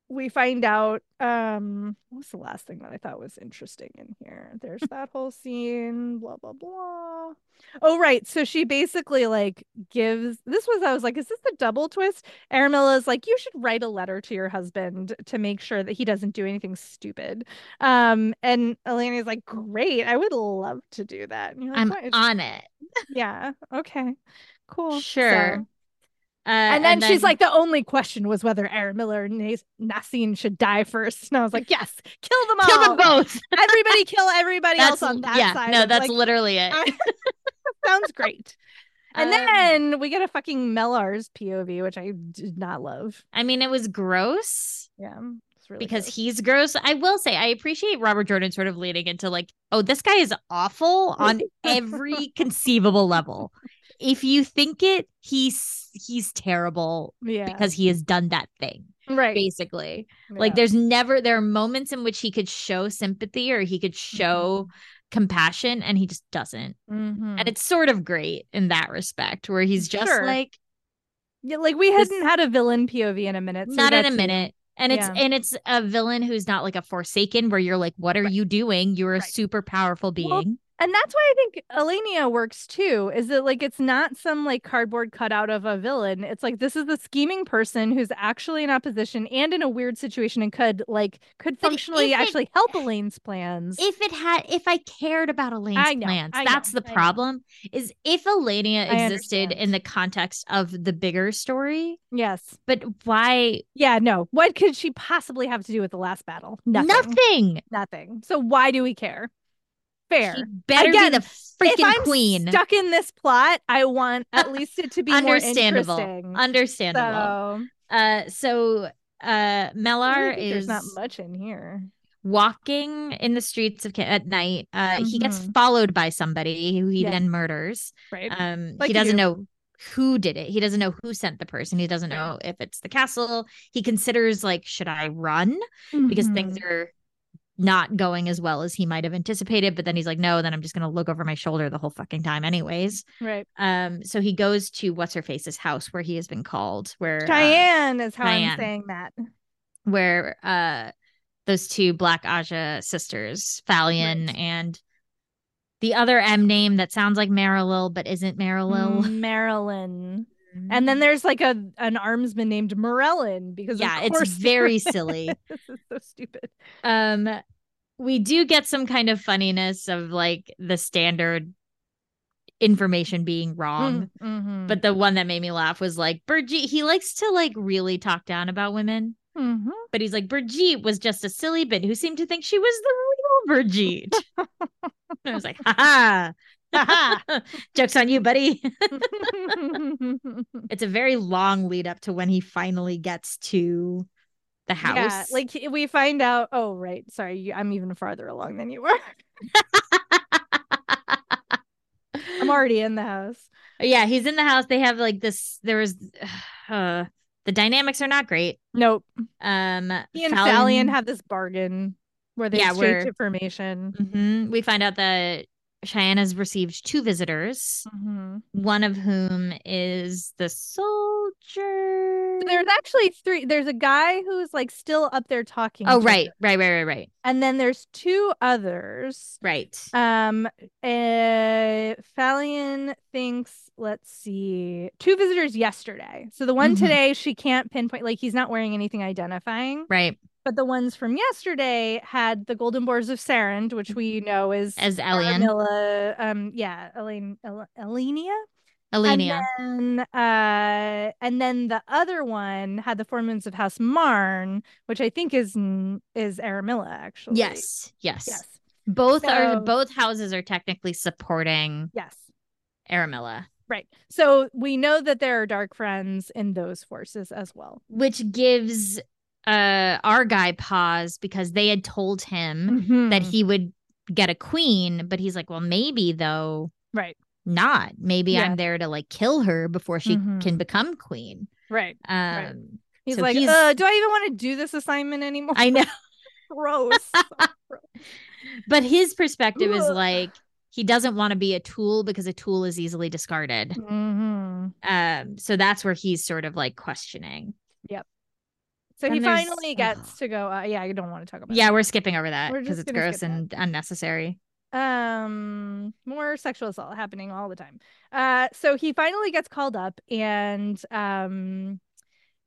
Speaker 2: we find out um what was the last thing that I thought was interesting in here? There's that whole scene, blah blah blah. Oh right. So she basically like gives this was I was like, is this the double twist? Aramilla's like, you should write a letter to your husband to make sure that he doesn't do anything stupid. Um and Elena's like, Great, I would love to do that. And you're like,
Speaker 1: I'm
Speaker 2: "What is-
Speaker 1: on it.
Speaker 2: yeah. Okay. Cool.
Speaker 1: Sure.
Speaker 2: So,
Speaker 1: Uh,
Speaker 2: and, then she's like, the only question was whether Aaron Miller and Nas- Nassim should die first. And I was like, yes, kill them all.
Speaker 1: kill them both.
Speaker 2: everybody kill everybody else on that
Speaker 1: yeah,
Speaker 2: side.
Speaker 1: no,
Speaker 2: I'm
Speaker 1: that's
Speaker 2: like,
Speaker 1: literally it.
Speaker 2: I- sounds great.
Speaker 1: Um,
Speaker 2: And then we get a fucking Mellar's POV, which I did not love.
Speaker 1: I mean, it was gross.
Speaker 2: Yeah, it's really
Speaker 1: because
Speaker 2: gross.
Speaker 1: he's gross. I will say I appreciate Robert Jordan sort of leading into like, oh, this guy is awful on every conceivable level. If you think it, he's he's terrible
Speaker 2: yeah,
Speaker 1: because he has done that thing,
Speaker 2: right,
Speaker 1: basically.
Speaker 2: yeah.
Speaker 1: Like there's never there are moments in which he could show sympathy or he could show compassion and he just doesn't.
Speaker 2: Mhm.
Speaker 1: And it's sort of great in that respect where he's just
Speaker 2: Sure.
Speaker 1: like
Speaker 2: yeah, like we
Speaker 1: this-
Speaker 2: hadn't had a villain POV in a minute. so
Speaker 1: not in a
Speaker 2: that's-
Speaker 1: minute and it's
Speaker 2: Yeah.
Speaker 1: and it's a villain who's not like a forsaken where you're like what are
Speaker 2: Right.
Speaker 1: you doing you're a
Speaker 2: Right.
Speaker 1: super powerful being
Speaker 2: Well, And that's why I think Elenia works too. Is that like it's not some like cardboard cutout of a villain. It's like this is the scheming person who's actually in opposition and in a weird situation and could like could
Speaker 1: But
Speaker 2: functionally
Speaker 1: if it-
Speaker 2: actually help Elaine's plans.
Speaker 1: if it had if i cared about elaine's
Speaker 2: I know,
Speaker 1: plans
Speaker 2: I know,
Speaker 1: that's the
Speaker 2: I know.
Speaker 1: problem is if elenia
Speaker 2: I
Speaker 1: existed in
Speaker 2: understand.
Speaker 1: the context of the bigger story
Speaker 2: yes.
Speaker 1: but why
Speaker 2: Yeah, no. What could she possibly have to do with the last battle? Nothing.
Speaker 1: nothing,
Speaker 2: Nothing. So why do we care? Fair.
Speaker 1: she better
Speaker 2: Again,
Speaker 1: be the
Speaker 2: If
Speaker 1: freaking
Speaker 2: I'm
Speaker 1: queen
Speaker 2: Stuck in this plot, I want at least it to be
Speaker 1: Understandable.
Speaker 2: More interesting.
Speaker 1: understandable
Speaker 2: So
Speaker 1: uh so uh
Speaker 2: I
Speaker 1: melar
Speaker 2: really think
Speaker 1: is
Speaker 2: there's not much in here.
Speaker 1: walking in the streets of Ca- at night. Uh, He gets
Speaker 2: Mhm.
Speaker 1: followed by somebody who he
Speaker 2: Yeah.
Speaker 1: then murders.
Speaker 2: Right.
Speaker 1: Um,
Speaker 2: Like
Speaker 1: he
Speaker 2: you
Speaker 1: doesn't
Speaker 2: do.
Speaker 1: know who did it. He doesn't know who sent the person. He doesn't know if it's the castle. He considers like, should I run
Speaker 2: Mm-hmm.
Speaker 1: because things are not going as well as he might have anticipated. But then he's like, no. Then I'm just gonna look over my shoulder the whole fucking time, anyways.
Speaker 2: right.
Speaker 1: Um, so he goes to what's her face's house where he has been called. Where uh,
Speaker 2: Diane is how
Speaker 1: Diane.
Speaker 2: I'm saying that.
Speaker 1: where uh those two black aja sisters falion
Speaker 2: Right.
Speaker 1: and the other m name that sounds like marilil but isn't marilil
Speaker 2: Marilyn. And then there's like a an armsman named Morellin because of
Speaker 1: yeah it's
Speaker 2: course there
Speaker 1: very
Speaker 2: is.
Speaker 1: silly
Speaker 2: this is so stupid.
Speaker 1: um we do get some kind of funniness of like the standard information being wrong
Speaker 2: Mhm.
Speaker 1: but the one that made me laugh was like Brigitte he likes to like really talk down about women
Speaker 2: Mhm.
Speaker 1: but he's like Brigitte was just a silly bit who seemed to think she was the real Brigitte. and I was like, ha ha, ha jokes on you, buddy. It's a very long lead up to when he finally gets to the house.
Speaker 2: Yeah, like he- we find out. Oh, right. Sorry, you, I'm even farther along than you were. I'm already in the house.
Speaker 1: yeah, he's in the house. They have like this. There was uh, the dynamics are not great.
Speaker 2: Nope.
Speaker 1: Um,
Speaker 2: He and Fallion have this bargain where they
Speaker 1: Yeah,
Speaker 2: exchange
Speaker 1: where-
Speaker 2: information.
Speaker 1: Mhm. We find out that Cheyenne has received two visitors.
Speaker 2: Mhm.
Speaker 1: one of whom is the soldier.
Speaker 2: So There's actually three. There's a guy who's like still up there talking.
Speaker 1: Oh,
Speaker 2: to
Speaker 1: right,
Speaker 2: her.
Speaker 1: right, right, right, right,
Speaker 2: And then there's two others.
Speaker 1: right.
Speaker 2: Um, uh, Fallion thinks, let's see, two visitors yesterday. So the one
Speaker 1: Mhm.
Speaker 2: today, she can't pinpoint, like, he's not wearing anything identifying,
Speaker 1: Right.
Speaker 2: but the ones from yesterday had the Golden Boars of Sarand, which we know is
Speaker 1: Mm-hmm. As Elian.
Speaker 2: Aramilla- um, yeah, Elaine, El- Elenia,
Speaker 1: Elenia.
Speaker 2: and then, uh, and then the other one had the Four Moons of House Marn, which I think is n- is Aramilla, actually.
Speaker 1: Yes. Yes.
Speaker 2: yes,
Speaker 1: Both are
Speaker 2: So-
Speaker 1: both houses are technically supporting
Speaker 2: yes.
Speaker 1: Aramilla,
Speaker 2: Right. So we know that there are dark friends in those forces as well.
Speaker 1: which gives uh our guy pause because they had told him that he would get a queen, but he's like, well, maybe though
Speaker 2: right,
Speaker 1: not. Maybe
Speaker 2: Yeah.
Speaker 1: I'm there to like kill her before she
Speaker 2: Mhm.
Speaker 1: can become queen.
Speaker 2: right.
Speaker 1: Mm-hmm. Um
Speaker 2: He's
Speaker 1: So
Speaker 2: like,
Speaker 1: he's-
Speaker 2: uh, do I even want to do this assignment anymore?
Speaker 1: I know.
Speaker 2: Gross.
Speaker 1: But his perspective is
Speaker 2: Ugh.
Speaker 1: like he doesn't want to be a tool because a tool is easily discarded.
Speaker 2: Mhm.
Speaker 1: Um, so that's where he's sort of like questioning.
Speaker 2: So he
Speaker 1: And there's-
Speaker 2: finally
Speaker 1: ugh.
Speaker 2: gets to go. Uh, yeah, I don't want to talk about.
Speaker 1: Yeah, we're skipping over that
Speaker 2: We're
Speaker 1: because
Speaker 2: just
Speaker 1: it's
Speaker 2: gonna
Speaker 1: gross
Speaker 2: skip that.
Speaker 1: and unnecessary.
Speaker 2: that. Um, more sexual assault happening all the time. Uh, so he finally gets called up, and um,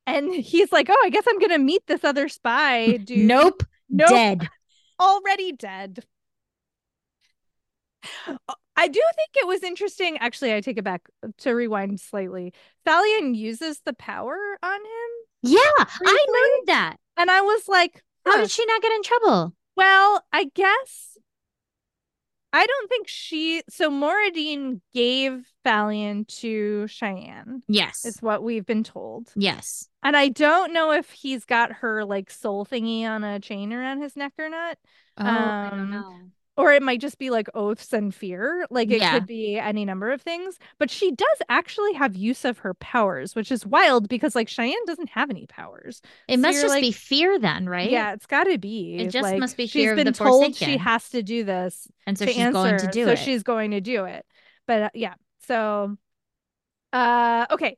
Speaker 2: and he's like, oh, I guess I'm gonna meet this other spy dude.
Speaker 1: Nope,
Speaker 2: Nope.
Speaker 1: dead.
Speaker 2: already dead. Uh, I do think it was interesting. Actually, I take it back uh, to rewind slightly. Thalion uses the power on him.
Speaker 1: Yeah, I
Speaker 2: Really?
Speaker 1: noted that.
Speaker 2: And I was like,
Speaker 1: How
Speaker 2: huh,
Speaker 1: did she not get in trouble?
Speaker 2: well, I guess I don't think she so Moradine gave Thalion to Cheyenne,
Speaker 1: Yes.
Speaker 2: is what we've been told.
Speaker 1: yes.
Speaker 2: And I don't know if he's got her like soul thingy on a chain around his neck or not.
Speaker 1: Oh, I don't
Speaker 2: Um,
Speaker 1: know.
Speaker 2: Or it might just be like oaths and fear. Like it
Speaker 1: Yeah.
Speaker 2: could be any number of things. But she does actually have use of her powers, which is wild because like Cheyenne doesn't have any powers.
Speaker 1: It
Speaker 2: so
Speaker 1: must
Speaker 2: you're
Speaker 1: just
Speaker 2: like-
Speaker 1: be fear then, right?
Speaker 2: Yeah, it's got to be.
Speaker 1: It just
Speaker 2: like,
Speaker 1: must be
Speaker 2: she's
Speaker 1: fear of
Speaker 2: been
Speaker 1: the
Speaker 2: told she
Speaker 1: Forsaken.
Speaker 2: has to do this
Speaker 1: And so
Speaker 2: to
Speaker 1: she's going to
Speaker 2: answer,
Speaker 1: do
Speaker 2: so
Speaker 1: it.
Speaker 2: she's going to do it. But uh, yeah, so uh okay.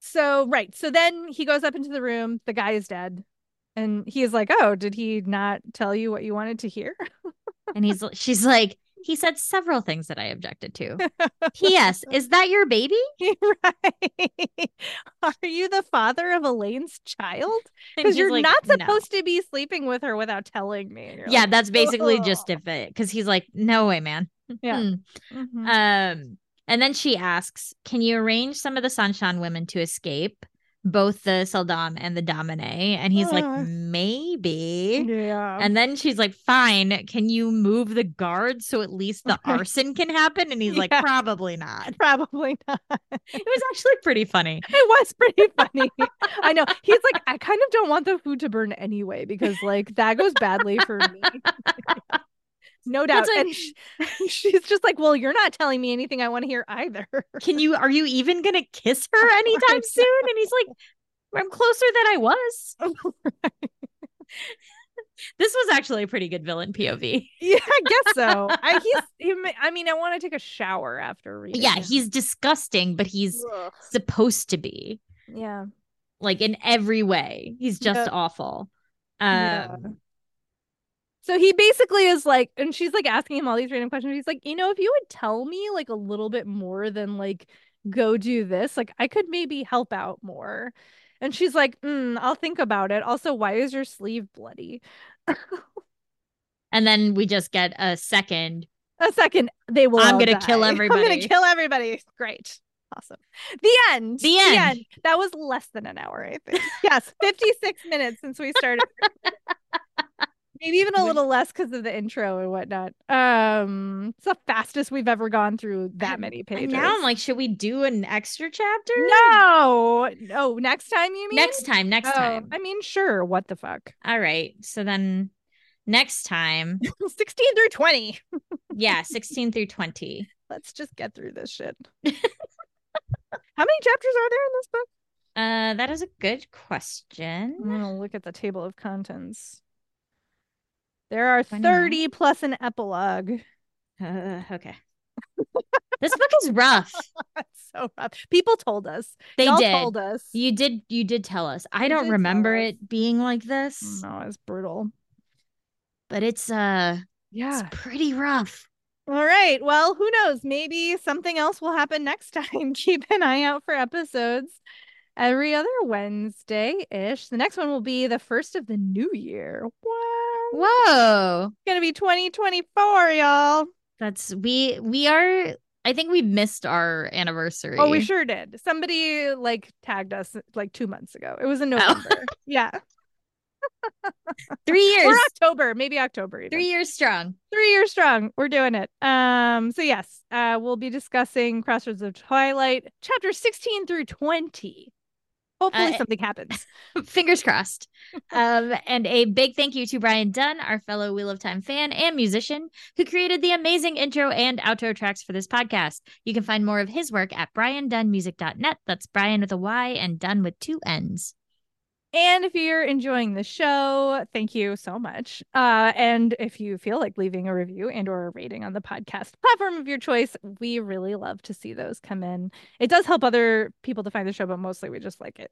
Speaker 2: So right. So then he goes up into the room, the guy is dead. And he is like, "Oh, did he not tell you what you wanted to hear?"
Speaker 1: And he's she's like, he said several things that I objected to. P.S. Is that your baby?
Speaker 2: right. Are you the father of Elaine's child?
Speaker 1: And
Speaker 2: Because
Speaker 1: he's
Speaker 2: you're
Speaker 1: like,
Speaker 2: not
Speaker 1: "No."
Speaker 2: supposed to be sleeping with her without telling me. And you're
Speaker 1: Yeah,
Speaker 2: like,
Speaker 1: that's basically just
Speaker 2: "Oh."
Speaker 1: if it because he's like, no way, man.
Speaker 2: Yeah.
Speaker 1: Hmm.
Speaker 2: Mhm.
Speaker 1: Um, and then she asks, "Can you arrange some of the Sanshan women to escape, both the Seldam and the Domine?" And he's
Speaker 2: Uh.
Speaker 1: like, "Maybe."
Speaker 2: yeah.
Speaker 1: And then she's like, "Fine, can you move the guards so at least the
Speaker 2: Right.
Speaker 1: arson can happen?" And he's like,
Speaker 2: Yeah.
Speaker 1: "Probably not."
Speaker 2: Probably not.
Speaker 1: It was actually pretty funny.
Speaker 2: It was pretty funny. I know. He's like, I kind of don't want the food to burn anyway because like that goes badly for me. no doubt.
Speaker 1: That's what-
Speaker 2: and sh- she's just like, well, you're not telling me anything I want to hear either.
Speaker 1: Can you? Are you even gonna kiss her anytime
Speaker 2: Right.
Speaker 1: soon? And he's like, "I'm closer than I was." This was actually a pretty good villain POV.
Speaker 2: yeah, I guess so. I he's he, ma- I mean, I want to take a shower after reading.
Speaker 1: Yeah,
Speaker 2: it.
Speaker 1: he's disgusting, but he's
Speaker 2: Ugh.
Speaker 1: supposed to be
Speaker 2: yeah.
Speaker 1: like in every way. He's just
Speaker 2: Yeah.
Speaker 1: awful. Um,
Speaker 2: Yeah. So he basically is like, and she's like asking him all these random questions. He's like, you know, if you would tell me like a little bit more than like, go do this, like I could maybe help out more. And she's like, mm, I'll think about it. Also, why is your sleeve bloody?
Speaker 1: and then we just get a second.
Speaker 2: A second, they will.
Speaker 1: I'm
Speaker 2: all
Speaker 1: gonna kill
Speaker 2: die. I'm gonna
Speaker 1: everybody.
Speaker 2: kill everybody. Great. Awesome. The end.
Speaker 1: The end.
Speaker 2: That was less than an hour, I think. yes, 56 minutes since we started. Maybe even a
Speaker 1: Which-
Speaker 2: little less because of the intro and whatnot. Um, it's the fastest we've ever gone through that many
Speaker 1: And
Speaker 2: pages.
Speaker 1: now I'm like, should we do an extra chapter?
Speaker 2: no, no. Next time, you mean?
Speaker 1: "Hmm." Next time, next
Speaker 2: Oh,
Speaker 1: time.
Speaker 2: I mean, sure. What the fuck?
Speaker 1: All right. So then next time,
Speaker 2: 16 through 20.
Speaker 1: yeah, 16 through 20.
Speaker 2: Let's just get through this shit. How many chapters are there in this book?
Speaker 1: Uh, that is a good question.
Speaker 2: I'm gonna look at the table of contents. There are
Speaker 1: 29?
Speaker 2: 30 plus an epilogue.
Speaker 1: Uh, okay. this book is rough.
Speaker 2: That's so rough. People told us.
Speaker 1: They
Speaker 2: Y'all
Speaker 1: did.
Speaker 2: told us.
Speaker 1: You did you did tell us. I
Speaker 2: You
Speaker 1: don't
Speaker 2: did
Speaker 1: remember
Speaker 2: tell us. Mm,
Speaker 1: it being like this,
Speaker 2: Oh, No, it's brutal.
Speaker 1: but it's uh it's
Speaker 2: Yeah.
Speaker 1: pretty rough.
Speaker 2: All right. Well, who knows? Maybe something else will happen next time. Keep an eye out for episodes every other Wednesday ish. The next one will be the first of the new year. What?
Speaker 1: Whoa.
Speaker 2: It's gonna be 2024, y'all.
Speaker 1: That's we we are I think we missed our anniversary.
Speaker 2: Oh, we sure did. Somebody like tagged us like two months ago. It was in
Speaker 1: Oh.
Speaker 2: November. yeah.
Speaker 1: Three
Speaker 2: Or
Speaker 1: years.
Speaker 2: October, maybe October. Even.
Speaker 1: Three years strong.
Speaker 2: three years strong. We're doing it. Um, so yes, uh, we'll be discussing Crossroads of Twilight, chapter 16 through 20. Hopefully
Speaker 1: Uh,
Speaker 2: something happens.
Speaker 1: Fingers crossed. Um, and a big thank you to Brian Dunn, our fellow Wheel of Time fan and musician, who created the amazing intro and outro tracks for this podcast. You can find more of his work at briandunnmusic.net. That's Brian with a Y and Dunn with two N's.
Speaker 2: And if you're enjoying the show, thank you so much. Uh, and if you feel like leaving a review and or a rating on the podcast platform of your choice, we really love to see those come in. It does help other people to find the show, but mostly we just like it.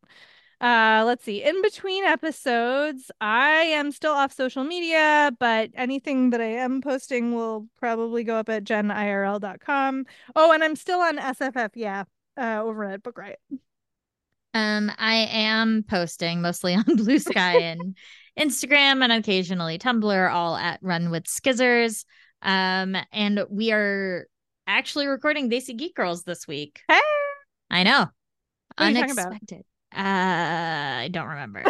Speaker 2: Uh, let's see. In between episodes, I am still off social media, but anything that I am posting will probably go up at jenirl.com. Oh, and I'm still on SFF, yeah, uh, over at Book Riot.
Speaker 1: Um, I am posting mostly on Blue Sky and Instagram and occasionally Tumblr, all at Run with Skizzers. Um, and we are
Speaker 3: actually recording They See Geek Girls this week.
Speaker 2: Hey!
Speaker 3: I know.
Speaker 2: What are you talking about?
Speaker 3: Unexpected. Uh, I don't remember.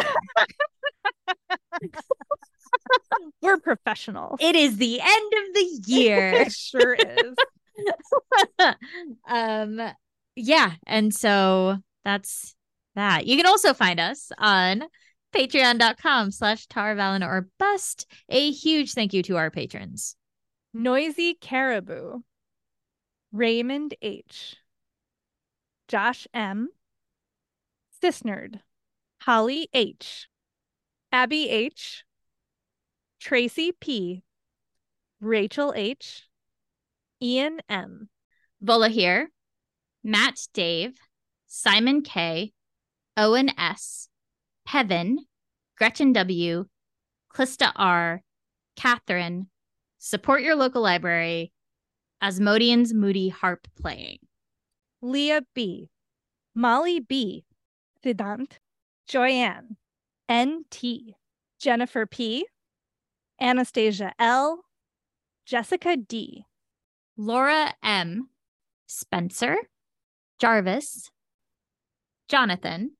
Speaker 2: We're professional.
Speaker 3: it is the end of the year.
Speaker 2: It sure is.
Speaker 3: um yeah and so that's that you can also find us on patreon.com slash tarvalen or bust a huge thank you to our patrons
Speaker 2: Noisy Caribou, Raymond H, Josh M, Cisnerd, Holly H, Abby H, Tracy P, Rachel H, Ian M.
Speaker 3: vola here
Speaker 1: Matt Dave, Simon K, Owen S, Heaven, Gretchen W, Clista R, Catherine, support your local library, Asmodian's Moody Harp Playing.
Speaker 2: Leah B, Molly B, Vedant, Joyanne, NT, Jennifer P, Anastasia L, Jessica D,
Speaker 1: Laura M, Spencer, Jarvis, Jonathan,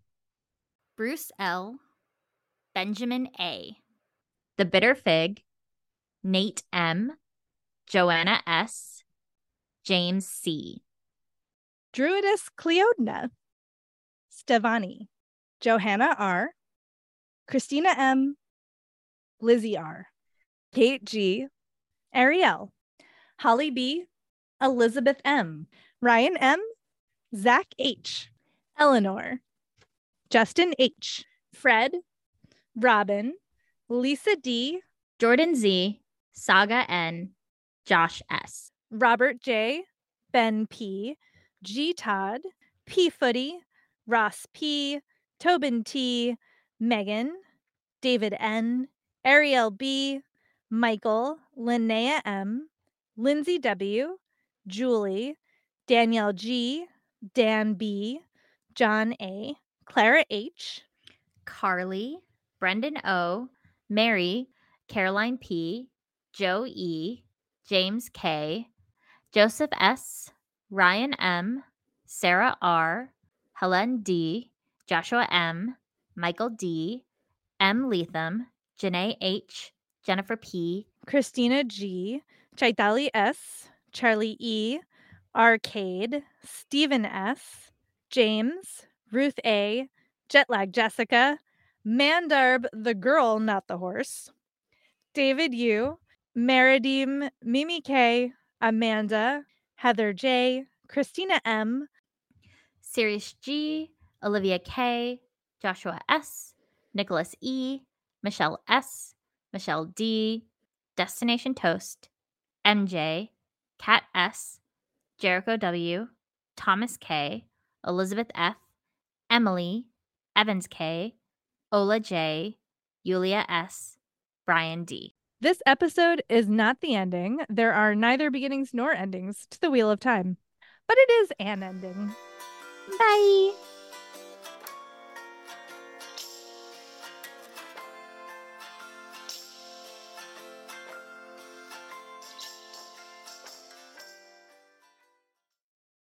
Speaker 1: Bruce L, Benjamin A, The Bitter Fig, Nate M, Joanna S, James C,
Speaker 2: Druidess Cleodna, Stevani, Johanna R, Christina M, Lizzie R, Kate G, Ariel, Holly B, Elizabeth M, Ryan M, Zach H, Eleanor, Justin H, Fred, Robin, Lisa D,
Speaker 1: Jordan Z, Saga N, Josh S,
Speaker 2: Robert J, Ben P, G Todd, P Footy, Ross P, Tobin T, Megan, David N, Ariel B, Michael, Linnea M, Lindsay W, Julie, Danielle G, Dan B, John A, Clara H,
Speaker 1: Carly, Brendan O, Mary, Caroline P, Joe E, James K, Joseph S, Ryan M, Sarah R, Helen D, Joshua M, Michael D, M Letham, Janae H, Jennifer P,
Speaker 2: Christina G, Chaitali S, Charlie E, Arcade, Stephen S, James, Ruth A, Jetlag Jessica, Mandarb, the girl, not the horse, David U, Meridim, Mimi K, Amanda, Heather J, Christina M,
Speaker 1: Sirius G, Olivia K, Joshua S, Nicholas E, Michelle S, Michelle D, Destination Toast, MJ, Kat S, Jericho W, Thomas K, Elizabeth F, Emily, Evans K, Ola J, Yulia S, Brian D.
Speaker 2: This episode is not the ending. There are neither beginnings nor endings to the Wheel of Time, but it is an ending.
Speaker 1: Bye!